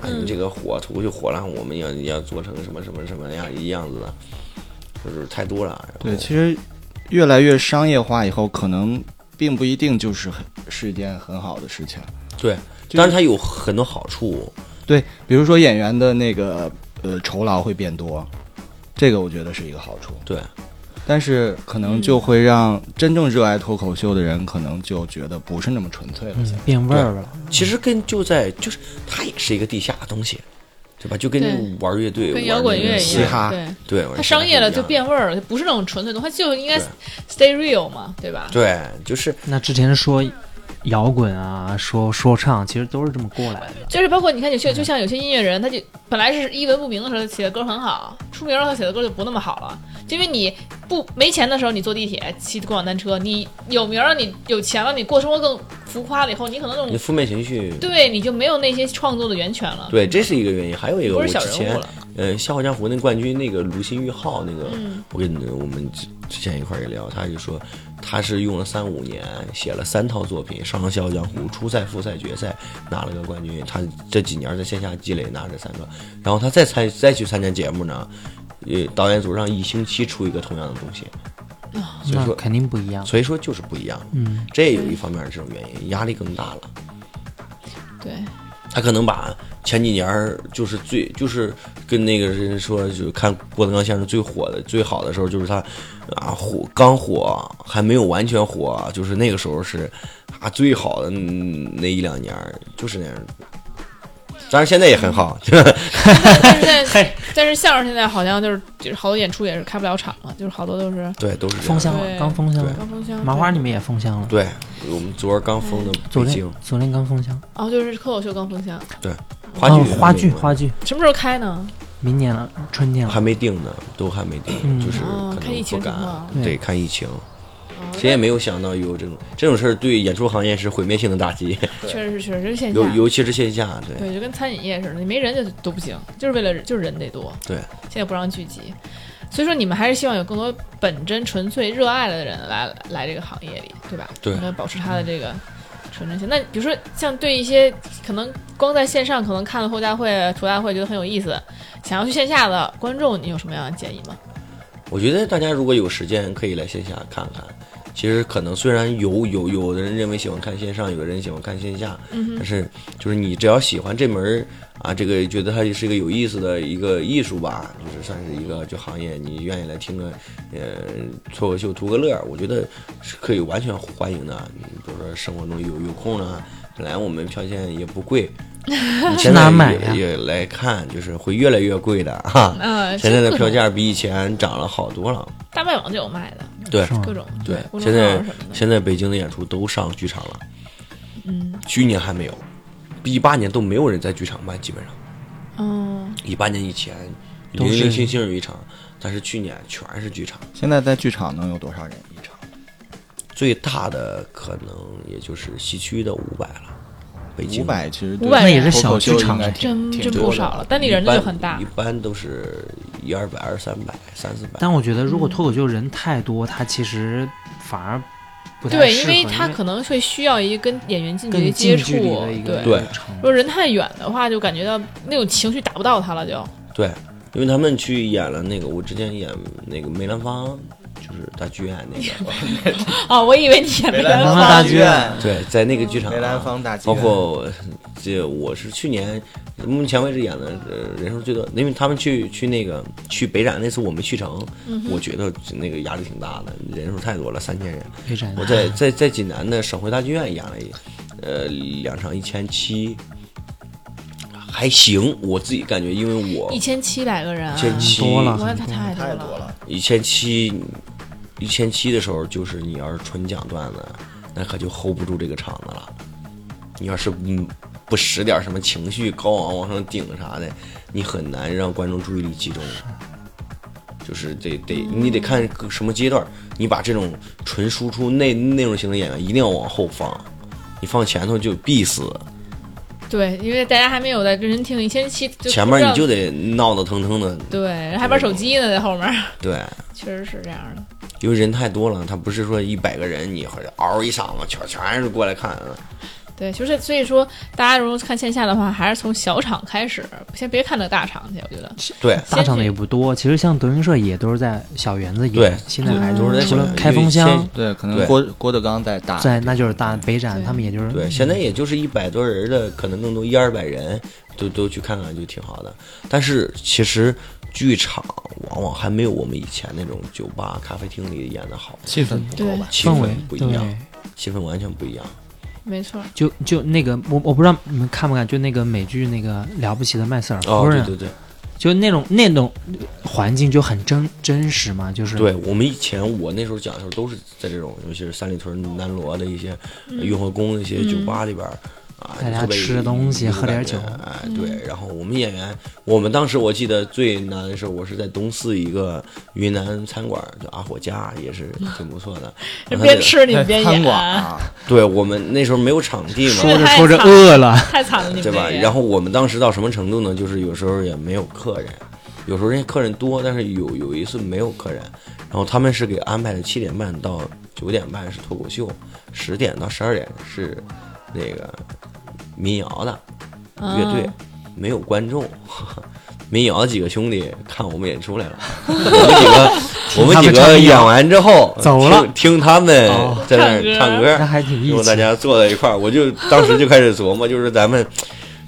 Speaker 4: 啊，
Speaker 1: 嗯
Speaker 4: 你这个火出去火了，我们要要做成什么什么什么样一样子的，就是太多了。然
Speaker 2: 对，
Speaker 4: 后
Speaker 2: 其实越来越商业化以后，可能并不一定就是很是一件很好的事情。
Speaker 4: 对，
Speaker 2: 就是
Speaker 4: 当然它有很多好处，
Speaker 2: 对，比如说演员的那个呃酬劳会变多，这个我觉得是一个好处，
Speaker 4: 对。
Speaker 2: 但是可能就会让真正热爱脱口秀的人，可能就觉得不是那么纯粹了。
Speaker 3: 嗯，变味儿了。
Speaker 4: 其实跟就在就是它也是一个地下的东西，对吧？就
Speaker 1: 对
Speaker 4: 跟玩乐队、
Speaker 1: 跟摇滚乐
Speaker 4: 玩那个
Speaker 1: 一
Speaker 2: 嘻
Speaker 1: 样，
Speaker 2: 哈
Speaker 1: 对，
Speaker 4: 对，玩
Speaker 1: 它
Speaker 4: 嘻哈
Speaker 1: 商业了就
Speaker 4: 不一样
Speaker 1: 变味儿了，就不是那种纯粹的，它就应该 stay real 嘛，对吧？
Speaker 4: 对，就是
Speaker 3: 那之前说摇滚啊，说说唱，其实都是这么过来的。
Speaker 1: 就是包括你看
Speaker 4: 嗯
Speaker 1: 有些，就像有些音乐人，他就本来是一文不名的时候他写的歌很好，出名了他写的歌就不那么好了，就因为你不没钱的时候你坐地铁、骑共享单车，你有名了，你有钱了，你过生活更浮夸了以后，你可能那
Speaker 4: 你
Speaker 1: 种
Speaker 4: 负面情绪。
Speaker 1: 对你就没有那些创作的源泉了，
Speaker 4: 对，这是一个原因，还有一个
Speaker 1: 不
Speaker 4: 我
Speaker 1: 是
Speaker 4: 之
Speaker 1: 小人
Speaker 4: 前
Speaker 1: 物了，
Speaker 4: 呃，《笑傲江湖》那冠军那个卢鑫玉浩那个，
Speaker 1: 嗯
Speaker 4: 我跟你我们之之前一块儿也聊，他就说他是用了三五年写了三套作品，上了《笑傲江湖》初赛、复赛、决赛，拿了个冠军。他这几年在线下积累拿这三个，然后他再参再去参加节目呢，呃，导演组让一星期出一个同样的东西，所以
Speaker 3: 那
Speaker 4: 说
Speaker 3: 肯定不一样。
Speaker 4: 所以说就是不一样。
Speaker 3: 嗯，
Speaker 4: 这也有一方面是这种原因，压力更大了。
Speaker 1: 对，
Speaker 4: 他可能把前几年儿就是最就是跟那个人说，就是看郭德纲先生最火的最好的时候，就是他啊火刚火还没有完全火，啊就是那个时候是啊最好的嗯那一两年儿就是那样。当然现在也很好，
Speaker 1: 但是在但是相声现在好像就是就是好多演出也是开不了场了，就是好多都是
Speaker 4: 对，都是这
Speaker 3: 封
Speaker 4: 样。
Speaker 3: 箱
Speaker 1: 对
Speaker 3: 了，刚封箱了。
Speaker 1: 刚封箱，
Speaker 3: 麻花
Speaker 1: 对
Speaker 3: 你们也封箱了，
Speaker 4: 对我们昨儿刚封的
Speaker 3: 昨
Speaker 4: 北京
Speaker 3: 天昨天刚封箱。
Speaker 1: 然后哦就是脱口秀刚封箱，
Speaker 4: 话剧
Speaker 3: 啊，话剧
Speaker 4: 还没
Speaker 3: 话剧，
Speaker 1: 什么时候开呢？
Speaker 3: 明年了，春天
Speaker 4: 还
Speaker 3: 了。
Speaker 4: 没定呢，都还没定，
Speaker 3: 嗯
Speaker 4: 就是
Speaker 1: 哦
Speaker 4: 可
Speaker 1: 看疫
Speaker 4: 能
Speaker 1: 情
Speaker 4: 不
Speaker 1: 情
Speaker 4: 敢
Speaker 1: 况，
Speaker 4: 对，
Speaker 3: 对
Speaker 4: 看疫情。
Speaker 1: 哦
Speaker 4: 谁也没有想到有这种这种事儿，对演出行业是毁灭性的打击，
Speaker 1: 确实是确实是线下
Speaker 4: 尤，尤其是线下，对
Speaker 1: 对，就跟餐饮业似的，你没人就都不行，就是为了就是人得多，
Speaker 4: 对，
Speaker 1: 现在不让聚集，所以说你们还是希望有更多本真纯粹热爱的人来来这个行业里，对吧？
Speaker 4: 对嗯
Speaker 1: 应该保持它的这个纯真性。那比如说像对一些可能光在线上可能看了后大会、图大会觉得很有意思，想要去线下的观众，你有什么样的建议吗？
Speaker 4: 我觉得大家如果有时间，可以来线下看看。其实可能虽然有有有的人认为喜欢看线上，有的人喜欢看线下，
Speaker 1: 嗯
Speaker 4: 但是就是你只要喜欢这门儿啊，这个觉得它是一个有意思的一个艺术吧，就是算是一个就行业，你愿意来听个呃脱口秀图个乐儿，我觉得是可以完全欢迎的。你比如说生活中有有空了，本来我们票钱也不 贵，你现
Speaker 3: 哪
Speaker 4: 在
Speaker 3: 儿买呀
Speaker 4: 也也来看，就是会越来越贵的啊哈。
Speaker 1: 呃，
Speaker 4: 现在的票价比以前涨了好多了。
Speaker 1: 大麦网就有卖的，
Speaker 4: 对
Speaker 3: 是吗
Speaker 1: 各种
Speaker 4: 嗯对，
Speaker 1: 公众
Speaker 4: 现
Speaker 1: 号
Speaker 4: 在
Speaker 1: 什么的，
Speaker 4: 现在北京的演出都上剧场了，
Speaker 1: 嗯
Speaker 4: 去年还没有，一八年都没有人在剧场办，基本上
Speaker 1: 嗯，
Speaker 4: 一八年以前
Speaker 3: 都
Speaker 4: 零
Speaker 3: 是
Speaker 4: 零星星有一场，但是去年全是剧场，
Speaker 2: 现在在剧场能有多少人一场？
Speaker 4: 最大的可能也就是西区的五百了，北
Speaker 2: 五
Speaker 4: 京
Speaker 2: 百其实
Speaker 1: 五百
Speaker 3: 那也
Speaker 1: 人
Speaker 3: 是
Speaker 2: 脱
Speaker 3: 小
Speaker 2: 口秀
Speaker 3: 剧场
Speaker 2: 应该，
Speaker 1: 啊真
Speaker 2: 挺
Speaker 1: 真
Speaker 2: 多
Speaker 1: 不
Speaker 2: 的
Speaker 1: 少了，单立人
Speaker 4: 一
Speaker 1: 的
Speaker 4: 般
Speaker 1: 就很大
Speaker 4: 一，般都是一二百、二三百、三四百。
Speaker 3: 但我觉得
Speaker 1: 嗯
Speaker 3: 如果脱口秀人太多，他其实反而不太
Speaker 1: 对，
Speaker 3: 适
Speaker 1: 因
Speaker 3: 合，
Speaker 1: 为
Speaker 3: 因
Speaker 1: 他可能会需要一个跟演员近距离
Speaker 3: 更
Speaker 1: 接
Speaker 3: 近
Speaker 1: 触
Speaker 3: 距离的一，个
Speaker 1: 对。
Speaker 4: 对
Speaker 3: 程
Speaker 1: 如
Speaker 3: 度
Speaker 1: 果人太远的话，就感觉到那种情绪打不到他了，就
Speaker 4: 对，因为他们去演了那个，我之前演那个梅兰芳，就是大剧院那个，
Speaker 1: 哦，我以为你也没
Speaker 3: 兰芳
Speaker 1: 办
Speaker 3: 大剧院
Speaker 2: 嗯
Speaker 4: 对，在那个剧场、啊，
Speaker 2: 梅兰芳大剧
Speaker 4: 包
Speaker 2: 院
Speaker 4: 括这我是去年目前为止演的呃人数最多，因为他们去去那个去北展那次我没去成，我觉得那个压力挺大的，人数太多了，三千人。
Speaker 3: 可以展
Speaker 4: 我
Speaker 3: 开
Speaker 4: 在在在济南的省会大剧院演了一呃两场一千七，还行，我自己感觉，因为我
Speaker 1: 一千七百个人啊，
Speaker 4: 1700
Speaker 3: 多了
Speaker 1: 我他太
Speaker 2: 太
Speaker 1: 多
Speaker 2: 多了。
Speaker 4: 一千七，一千七的时候，就是你要是纯讲段子，那可就 hold 不住这个场子了。你要是嗯不使点什么情绪高昂往上顶啥的，你很难让观众注意力集中。就是得得，你得看个什么阶段，你把这种纯输出内内容型的演员一定要往后放，你放前头就必死，
Speaker 1: 对，因为大家还没有在认真听一千七，就
Speaker 4: 前
Speaker 1: 不知
Speaker 4: 面
Speaker 1: 道
Speaker 4: 你就得闹闹腾腾的，
Speaker 1: 对，人还玩手机呢，在后面，
Speaker 4: 对。
Speaker 1: 确实是这样的。
Speaker 4: 因为人太多了，他不是说一百个人你或者嗷一嗓子全全是过来看，啊
Speaker 1: 对，就是所以说，大家如果看线下的话，还是从小场开始，先别看那大场去。我觉得
Speaker 4: 对
Speaker 3: 大场的也不多，其实像德云社也都是在小园子演，
Speaker 4: 对
Speaker 3: 现在还
Speaker 4: 都是在
Speaker 3: 除
Speaker 4: 小
Speaker 3: 了
Speaker 4: 园
Speaker 3: 开封
Speaker 4: 因为
Speaker 3: 箱
Speaker 4: 先，
Speaker 2: 对，可能
Speaker 4: 对
Speaker 2: 郭郭德纲在打，
Speaker 3: 在那就是大北展，
Speaker 1: 对
Speaker 3: 他们也就是
Speaker 4: 对，现在也就是一百多人的，可能更多一二百人都都去看看就挺好的。但是其实剧场往往还没有我们以前那种酒吧、咖啡厅里演的好，
Speaker 2: 气氛不
Speaker 1: 对
Speaker 2: 够吧？
Speaker 4: 气
Speaker 3: 氛围
Speaker 4: 氛不一
Speaker 3: 对
Speaker 4: 样，气氛完全不一样。
Speaker 1: 没错，
Speaker 3: 就就那个我我不知道你们看不看，就那个美剧那个了不起的麦瑟尔
Speaker 4: 哦
Speaker 3: 夫，人，
Speaker 4: 对对对，
Speaker 3: 就那种那种环境就很真真实嘛，就是
Speaker 4: 对我们以前我那时候讲的时候都是在这种，尤其是三里屯、南锣的一些呃运河宫的一些酒吧里边儿。啊，
Speaker 3: 大家
Speaker 4: 特别
Speaker 3: 吃东西
Speaker 4: 有
Speaker 3: 喝点
Speaker 4: 感觉
Speaker 3: 酒
Speaker 4: 哎，对。然后我们演员，我们当时我记得最难的时候，我是在东四一个云南餐馆叫阿火家，也是挺不错的。然后他
Speaker 1: 边
Speaker 4: 那
Speaker 1: 吃你们边
Speaker 2: 餐
Speaker 1: 演，
Speaker 2: 馆啊，
Speaker 4: 对我们那时候没有场地嘛，
Speaker 3: 说着
Speaker 1: 太
Speaker 3: 说着
Speaker 1: 惨
Speaker 3: 饿了，
Speaker 1: 太惨了，你们
Speaker 4: 对吧
Speaker 1: 这？个
Speaker 4: 然后我们当时到什么程度呢？就是有时候也没有客人，有时候人家客人多，但是有有一次没有客人，然后他们是给安排的七点半到九点半是脱口秀，十点到十二点是那个民谣的乐队，
Speaker 1: 嗯
Speaker 4: 没有观众。 民谣几个兄弟看我们演出来了，我们几个我们几
Speaker 3: 听他们唱
Speaker 4: 个
Speaker 3: 民谣
Speaker 4: 演完之后
Speaker 3: 走了
Speaker 4: 听，听他们
Speaker 3: 哦
Speaker 4: 在那儿唱
Speaker 1: 唱
Speaker 4: 歌，
Speaker 3: 那还挺义
Speaker 4: 然后大
Speaker 3: 气。
Speaker 4: 家坐在一块儿，我就当时就开始琢磨，就是咱们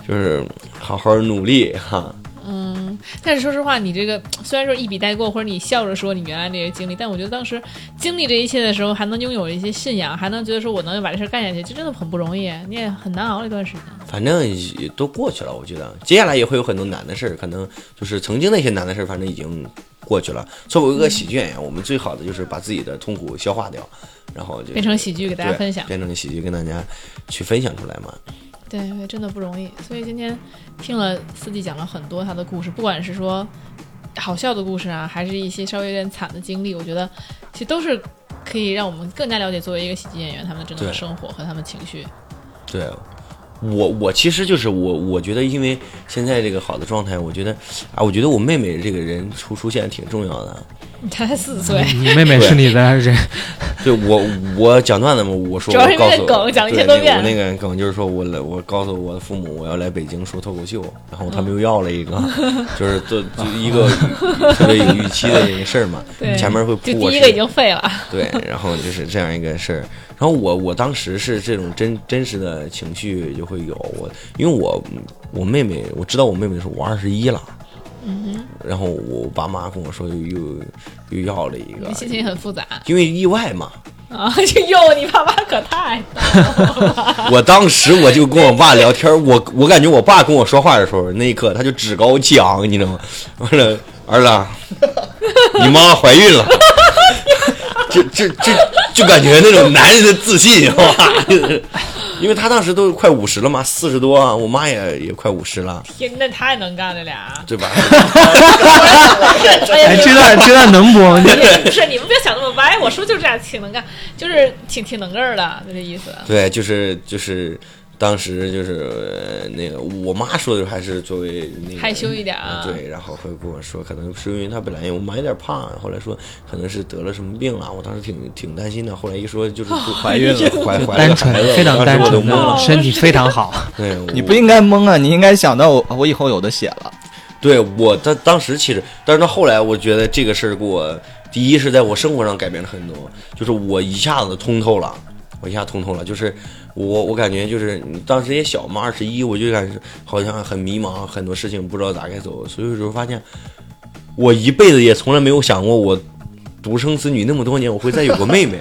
Speaker 4: 就是好好努力哈。
Speaker 1: 嗯，但是说实话，你这个虽然说一笔带过，或者你笑着说你原来这些经历，但我觉得当时经历这一切的时候，还能拥有一些信仰，还能觉得说我能把这事儿干下去，这真的很不容易，你也很难熬一段时间。
Speaker 4: 反正也都过去了，我觉得接下来也会有很多难的事儿，可能就是曾经那些难的事儿，反正已经过去了。作为一个喜剧演员，我们最好的就是把自己的痛苦消化掉，然后就
Speaker 1: 变成喜剧给大家
Speaker 4: 对
Speaker 1: 分享
Speaker 4: 变成喜剧跟大家去分享出来嘛。
Speaker 1: 对对，真的不容易。所以今天听了四季讲了很多他的故事，不管是说好笑的故事啊，还是一些稍微有点惨的经历，我觉得其实都是可以让我们更加了解作为一个喜剧演员他们的真正的
Speaker 4: 对
Speaker 1: 生活和他们情绪。
Speaker 4: 对，我我其实就是我，我觉得因为现在这个好的状态，我觉得啊，我觉得我妹妹这个人出出现挺重要的。
Speaker 1: 你才四岁，
Speaker 3: 你妹妹是你的人，
Speaker 4: 对我，我讲段子嘛，我说
Speaker 1: 主要是
Speaker 4: 我告
Speaker 1: 那个
Speaker 4: 诉
Speaker 1: 梗讲一千多
Speaker 4: 对那个
Speaker 1: 遍
Speaker 4: 我那个梗就是说我来，我告诉我的父母我要来北京说脱口秀，然后他
Speaker 1: 嗯
Speaker 4: 们又要了一个，就是做就一个特别有预期的一个事儿嘛，
Speaker 1: 对
Speaker 4: 前面会
Speaker 1: 就
Speaker 4: 铺
Speaker 1: 第
Speaker 4: 我
Speaker 1: 一
Speaker 4: 是
Speaker 1: 个已经废了。
Speaker 4: 对，然后就是这样一个事儿。然后我我当时是这种真真实的情绪就会有我，因为我我妹妹我知道我妹妹的时候我二十一了，嗯然后我爸妈跟我说又又又要了一
Speaker 1: 你
Speaker 4: 个
Speaker 1: 的，心情很复杂
Speaker 4: 因为意外嘛。
Speaker 1: 啊！ 就哟，你爸妈可太
Speaker 4: 我当时我就跟我爸聊天儿，我我感觉我爸跟我说话的时候，那一刻他就趾高气昂，你知道吗？完了，儿子，你妈怀孕了， 这这这就感觉那种男人的自信，哇！因为他当时都快五十了嘛，四十多啊，我妈也也快五十了，
Speaker 1: 天，那太能干了俩。
Speaker 4: 对吧？
Speaker 1: 哎呀，
Speaker 3: 哎，
Speaker 1: 你
Speaker 3: 这
Speaker 1: 们
Speaker 3: 段这段能播吗？
Speaker 1: 不是你们别想那么歪，我说就是这样，挺能干，就是挺挺能干儿的，就这意思。
Speaker 4: 对，就是就是。当时就是、呃那个我妈说的，还是作为那个嗯
Speaker 1: 害羞一点啊
Speaker 4: 对，然后会跟我说，可能是因为她本来我妈有点胖，后来说可能是得了什么病了，我当时挺挺担心的，后来一说就是
Speaker 1: 哦
Speaker 4: 怀孕了，怀怀了
Speaker 3: 单
Speaker 4: 个孩
Speaker 3: 纯
Speaker 4: 子，
Speaker 3: 非常
Speaker 4: 我
Speaker 3: 单
Speaker 4: 当时我都
Speaker 3: 纯
Speaker 4: 懵
Speaker 3: 的，
Speaker 4: 了，
Speaker 3: 身体非常 好。
Speaker 4: 对，
Speaker 2: 你
Speaker 4: 我
Speaker 2: 不应该懵啊，你应该想到我我以后有的写了，
Speaker 4: 对我当当时其实，但是到后来，我觉得这个事儿给我，第一是在我生活上改变了很多，就是我一下子通透了，我一下通透了，就是我我感觉就是你当时也小嘛，二十一，我就感觉好像很迷茫，很多事情不知道咋该走，所以我就发现，我一辈子也从来没有想过我独生子女那么多年，我会再有个妹妹，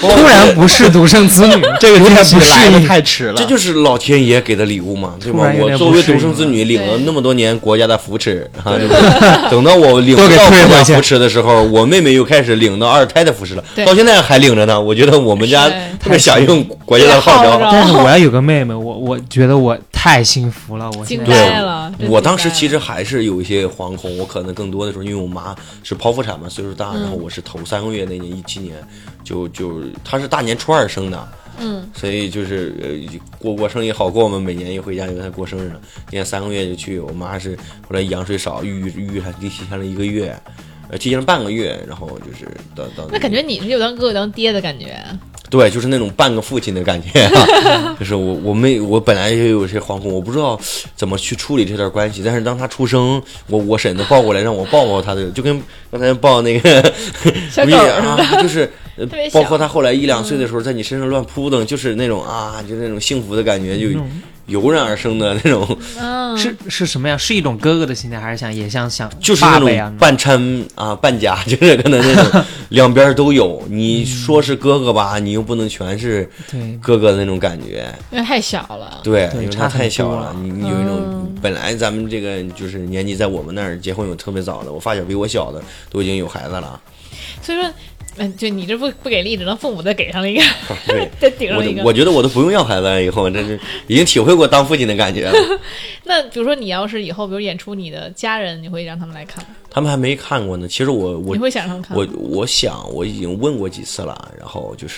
Speaker 4: 哦
Speaker 3: 突然不是独生子 女，
Speaker 2: 这个
Speaker 3: 有点
Speaker 2: 惊
Speaker 3: 不
Speaker 2: 喜来
Speaker 3: 适
Speaker 2: 的
Speaker 3: 应
Speaker 2: 太迟了，
Speaker 4: 这就是老天爷给的礼物嘛，对
Speaker 3: 突
Speaker 4: 吧
Speaker 3: 然？有
Speaker 4: 我
Speaker 3: 点
Speaker 4: 作
Speaker 3: 不
Speaker 4: 为
Speaker 3: 适应
Speaker 4: 独生子女，领了
Speaker 1: 对
Speaker 4: 那么多年国家的 扶持啊，对不对等到我领
Speaker 3: 都
Speaker 4: 不
Speaker 3: 给
Speaker 4: 到
Speaker 3: 退
Speaker 4: 国
Speaker 3: 回
Speaker 4: 家
Speaker 3: 去
Speaker 4: 扶持的时候，我妹妹又开始领到二胎的扶持了，
Speaker 1: 对
Speaker 4: 到现在还领着呢。我觉得我们家
Speaker 1: 是
Speaker 4: 特别响应国家的号
Speaker 1: 号召
Speaker 4: 召。
Speaker 3: 但是我要有个妹妹，我我觉得我太幸福了，我现
Speaker 1: 惊
Speaker 3: 在
Speaker 4: 对
Speaker 1: 呆了。真
Speaker 4: 我
Speaker 1: 惊
Speaker 4: 当时
Speaker 1: 呆
Speaker 4: 其
Speaker 1: 了
Speaker 4: 实还是有一些惶恐，我可能更多的时候，因为我妈是剖腹产嘛，岁数大，然后我是头三个月那年一七年，就就她是大年初二生的，
Speaker 1: 嗯，
Speaker 4: 所以就是呃，过过生日也好过，我们每年一回家就跟他过生日了。今年三个月就去，我妈是后来羊水少，预预预还提前了一个月，呃，提前了半个月，然后就是到到
Speaker 1: 那感觉你是又当哥又当爹的感觉，
Speaker 4: 对，就是那种半个父亲的感觉、啊， 就是我我没我本来就有些惶恐，我不知道怎么去处理这段关系。但是当他出生，我我婶子抱过来让我抱抱他的，就跟刚才抱那个
Speaker 1: 小
Speaker 4: 不
Speaker 1: 狗
Speaker 4: 是
Speaker 1: 儿
Speaker 4: 啊，就是呃
Speaker 1: 特别小嗯
Speaker 4: 包括他后来一两岁的时候在你身上乱扑腾，就是那种啊，就那种幸福的感觉，就
Speaker 3: 嗯
Speaker 4: 油然而生的那种，
Speaker 1: 嗯，
Speaker 3: 是是什么样？是一种哥哥的心态，还是想也像想
Speaker 4: 就是
Speaker 3: 爸
Speaker 4: 那
Speaker 3: 爸呀
Speaker 4: 种？半掺啊半夹， 就是可能 那种两边都有。你
Speaker 3: 嗯
Speaker 4: 说是哥哥吧，你又不能全是
Speaker 3: 对，
Speaker 4: 哥哥的那种感觉。
Speaker 1: 因为太小了。
Speaker 4: 对，
Speaker 3: 嗯对
Speaker 4: 因为
Speaker 3: 差
Speaker 4: 它
Speaker 3: 很
Speaker 4: 太小
Speaker 3: 多啊
Speaker 4: 了，
Speaker 3: 了
Speaker 4: 你你有一种
Speaker 1: 嗯
Speaker 4: 本来咱们这个就是年纪在我们那儿结婚有特别早的，我发小比我小的都已经有孩子了，
Speaker 1: 所以说，嗯，就你这不不给力，只能父母再给上了一个，
Speaker 4: 对。
Speaker 1: 再顶上
Speaker 4: 我
Speaker 1: 了一
Speaker 4: 都
Speaker 1: 个。
Speaker 4: 我觉得我都不用要孩子了，以后真是已经体会过当父亲的感觉了。
Speaker 1: 那比如说你要是以后，比如演出你的家人，你会让他们来看吗，
Speaker 4: 他们还没看过呢，其实我我
Speaker 1: 你会想让他们看吗？
Speaker 4: 我我想我已经问过几次了，然后就是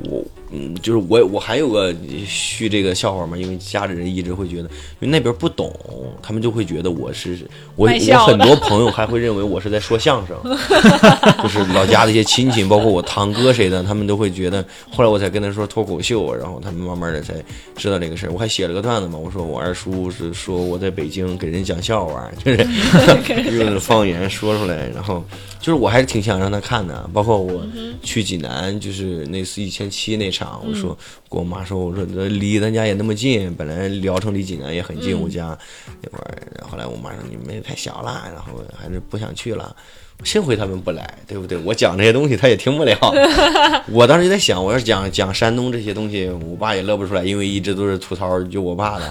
Speaker 4: 我嗯，就是我我还有个续这个笑话嘛，因为家里人一直会觉得，因为那边不懂，他们就会觉得我是我
Speaker 1: 卖笑
Speaker 4: 我很
Speaker 1: 的
Speaker 4: 多朋友还会认为我是在说 相声，就是老家的一些亲戚，包括我堂哥谁的，他们都会觉得。后来我才跟他说脱口秀，然后他们慢慢的才知道这个事儿。我还写了个段子嘛，我说我二叔是说我在北京给人讲笑话， 就是用方言说出来，然后就是我还是挺想让他看的。啊包括我去济南，就是那次一千七那场，我说跟我妈说，我说离咱家也那么近，本来聊城离济南也很近，我家那会儿，然后后来我妈说你妹妹太小了，然后还是不想去了。幸亏他们不来，对不对？我讲这些东西他也听不了。我当时就在想，我要是讲讲山东这些东西，我爸也乐不出来，因为一直都是吐槽就我爸的。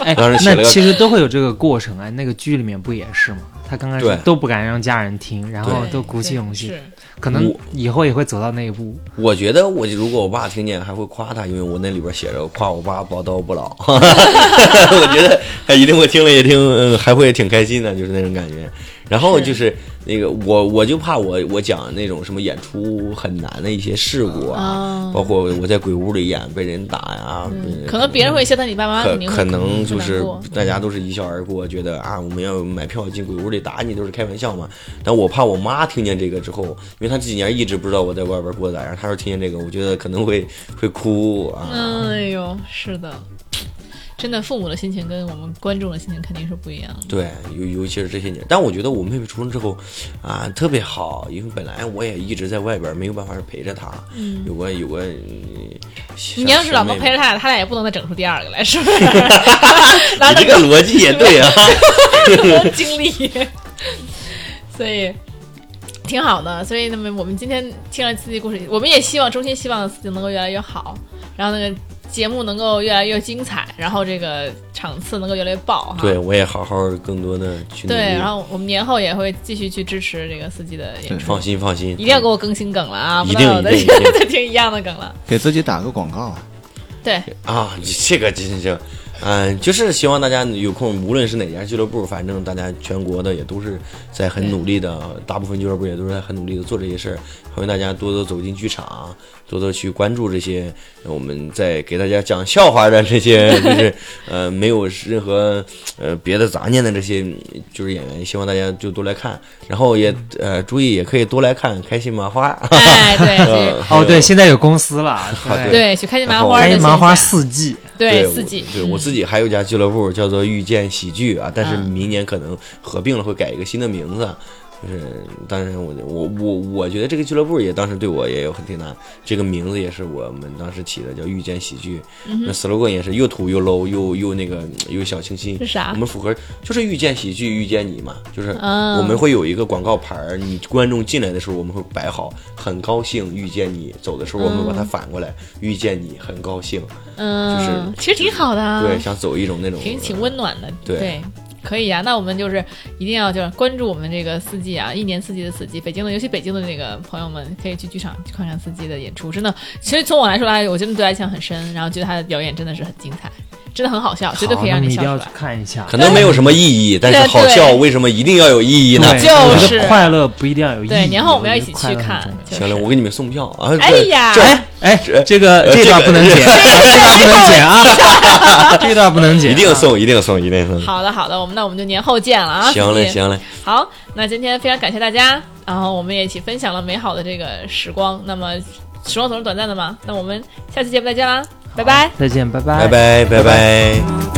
Speaker 3: 哎，
Speaker 4: 当时写了
Speaker 3: 那
Speaker 4: 个
Speaker 3: 其实都会有这个过程哎。那个剧里面不也是吗？他刚开始
Speaker 4: 对
Speaker 3: 都不敢让家人听，然后
Speaker 1: 对
Speaker 3: 哦都鼓起
Speaker 1: 对
Speaker 3: 勇气，
Speaker 1: 是
Speaker 3: 可能
Speaker 4: 我
Speaker 3: 以后也会走到那一步。
Speaker 4: 我觉得我如果我爸听见还会夸他，因为我那里边写着夸我爸宝刀不老。 我觉得他一定会听了也听，嗯，还会挺开心的，就是那种感觉。然后就是那个我我就怕我我讲那种什么演出很难的一些事故啊
Speaker 1: 哦，嗯
Speaker 4: 包括我在鬼屋里演被人打呀，被人
Speaker 1: 可能别人会笑，但你爸爸妈妈
Speaker 4: 可
Speaker 1: 肯定会
Speaker 4: 可能就
Speaker 1: 会
Speaker 4: 是
Speaker 1: 难过
Speaker 4: 大家都是一笑而过，觉得啊，我们要买票进鬼屋里打你都是开玩笑嘛。但我怕我妈听见这个之后，因为她这几年一直不知道我在外边过得咋样，她说听见这个，我觉得可能会会哭啊。
Speaker 1: 嗯哎呦，是的，真的，父母的心情跟我们观众的心情肯定是不一样的。
Speaker 4: 对，尤尤其是这些年，但我觉得我妹妹出生之后，啊，特别好，因为本来我也一直在外边，没有办法陪着她，
Speaker 1: 嗯
Speaker 4: 有个有个。你
Speaker 1: 你要是老能陪着他俩，他俩也不能再整出第二个来，是 不是？拿
Speaker 4: 你
Speaker 1: 这
Speaker 4: 这个逻辑也 对啊。
Speaker 1: 多经 历，所以挺好的。所以那么我们今天听了自己故事，我们也希望衷心希望自己能够越来越好，然后那个节目能够越来越精彩，然后这个场次能够越来越爆哈。
Speaker 4: 对，我也好好更多的去努
Speaker 1: 对
Speaker 4: 力。
Speaker 1: 然后我们年后也会继续去支持这个司机的演出，
Speaker 4: 放心放心，
Speaker 1: 一定要给我更新梗了啊！
Speaker 4: 一
Speaker 1: 不
Speaker 4: 定
Speaker 1: 能我再
Speaker 4: 一定一定
Speaker 1: 再听一样的梗了。
Speaker 2: 给自己打个广告。
Speaker 1: 对，
Speaker 4: 啊，你这个真行。嗯，就是希望大家有空，无论是哪家俱乐部，反正大家全国的也都是在很努力的，大部分俱乐部也都是在很努力的做这些事儿。欢迎大家多多走进剧场，多多去关注这些呃我们在给大家讲笑话的这些，就是呃没有任何呃别的杂念的这些嗯就是演员，希望大家就多来看，然后也呃注意也可以多来看开心麻花。
Speaker 1: 哎，对对
Speaker 4: 还有
Speaker 3: 哦，对，现在有公司 了，
Speaker 4: 对
Speaker 1: 对，去开心麻花
Speaker 4: 还
Speaker 1: 的
Speaker 3: 开
Speaker 1: 线
Speaker 3: 心
Speaker 1: 下，
Speaker 3: 麻花四季，
Speaker 1: 对
Speaker 4: 我
Speaker 1: 四季，嗯
Speaker 4: 对我自己还有一家俱乐部叫做遇见喜剧啊，但是明年可能合并了，会改一个新的名字。就是当然我我我我觉得这个俱乐部也当时对我也有很挺大，这个名字也是我们当时起的叫遇见喜剧，
Speaker 1: 嗯
Speaker 4: 那 slogan 也是又土又 low 又又那个又小清新，
Speaker 1: 是啥
Speaker 4: 我们符合就是遇见喜剧遇见你嘛，就是
Speaker 1: 嗯
Speaker 4: 我们会有一个广告牌儿，你观众进来的时候我们会摆好，很高兴遇见你，走的时候我们把它反过来，遇见你很高兴，
Speaker 1: 嗯，其实挺好的啊，
Speaker 4: 对，想走一种那种
Speaker 1: 挺挺温暖的，
Speaker 4: 对
Speaker 1: 可以啊呀、那我们就是一定要就是关注我们这个四季啊，一年四季的四季，北京的，尤其北京的那个朋友们，可以去剧场去看看四季的演出。真的，其实从我来说哎来，我真的对他印象很深，然后觉得他的表演真的是很精彩，真的很好笑，绝对
Speaker 3: 好
Speaker 1: 可以
Speaker 3: 那
Speaker 1: 让
Speaker 3: 么
Speaker 1: 你
Speaker 3: 一
Speaker 1: 笑
Speaker 3: 定要
Speaker 1: 出
Speaker 3: 去
Speaker 1: 来。
Speaker 3: 看一下。
Speaker 4: 可能没有什么意义，但是
Speaker 1: 对
Speaker 4: 好
Speaker 1: 对
Speaker 4: 笑为什么一定要有意义呢？
Speaker 3: 对
Speaker 1: 就是
Speaker 3: 我觉得快乐不一定要有意义。
Speaker 1: 对，年后我们要一
Speaker 3: 觉
Speaker 1: 起
Speaker 3: 得
Speaker 1: 去
Speaker 3: 快乐很
Speaker 1: 看
Speaker 3: 重要。。
Speaker 1: 就是
Speaker 4: 行了，我给你们送票啊！
Speaker 1: 哎呀
Speaker 4: 这
Speaker 3: 哎哎，这个
Speaker 4: 呃
Speaker 3: 这段不能剪，这段不能剪啊，这段不能剪，
Speaker 4: 一定。送，一定送，一定 送！
Speaker 1: 好的，好的，我们那我们就年后见了啊！
Speaker 4: 行
Speaker 1: 四
Speaker 4: 嘞，
Speaker 1: 季
Speaker 4: 行嘞，
Speaker 1: 好，那今天非常感谢大家，然后我们也一起分享了美好的这个时光。那么，时光总是短暂的嘛，那我们下期节目再见啦，拜拜。
Speaker 3: 再见，拜拜，
Speaker 4: 拜拜，拜拜。
Speaker 5: 「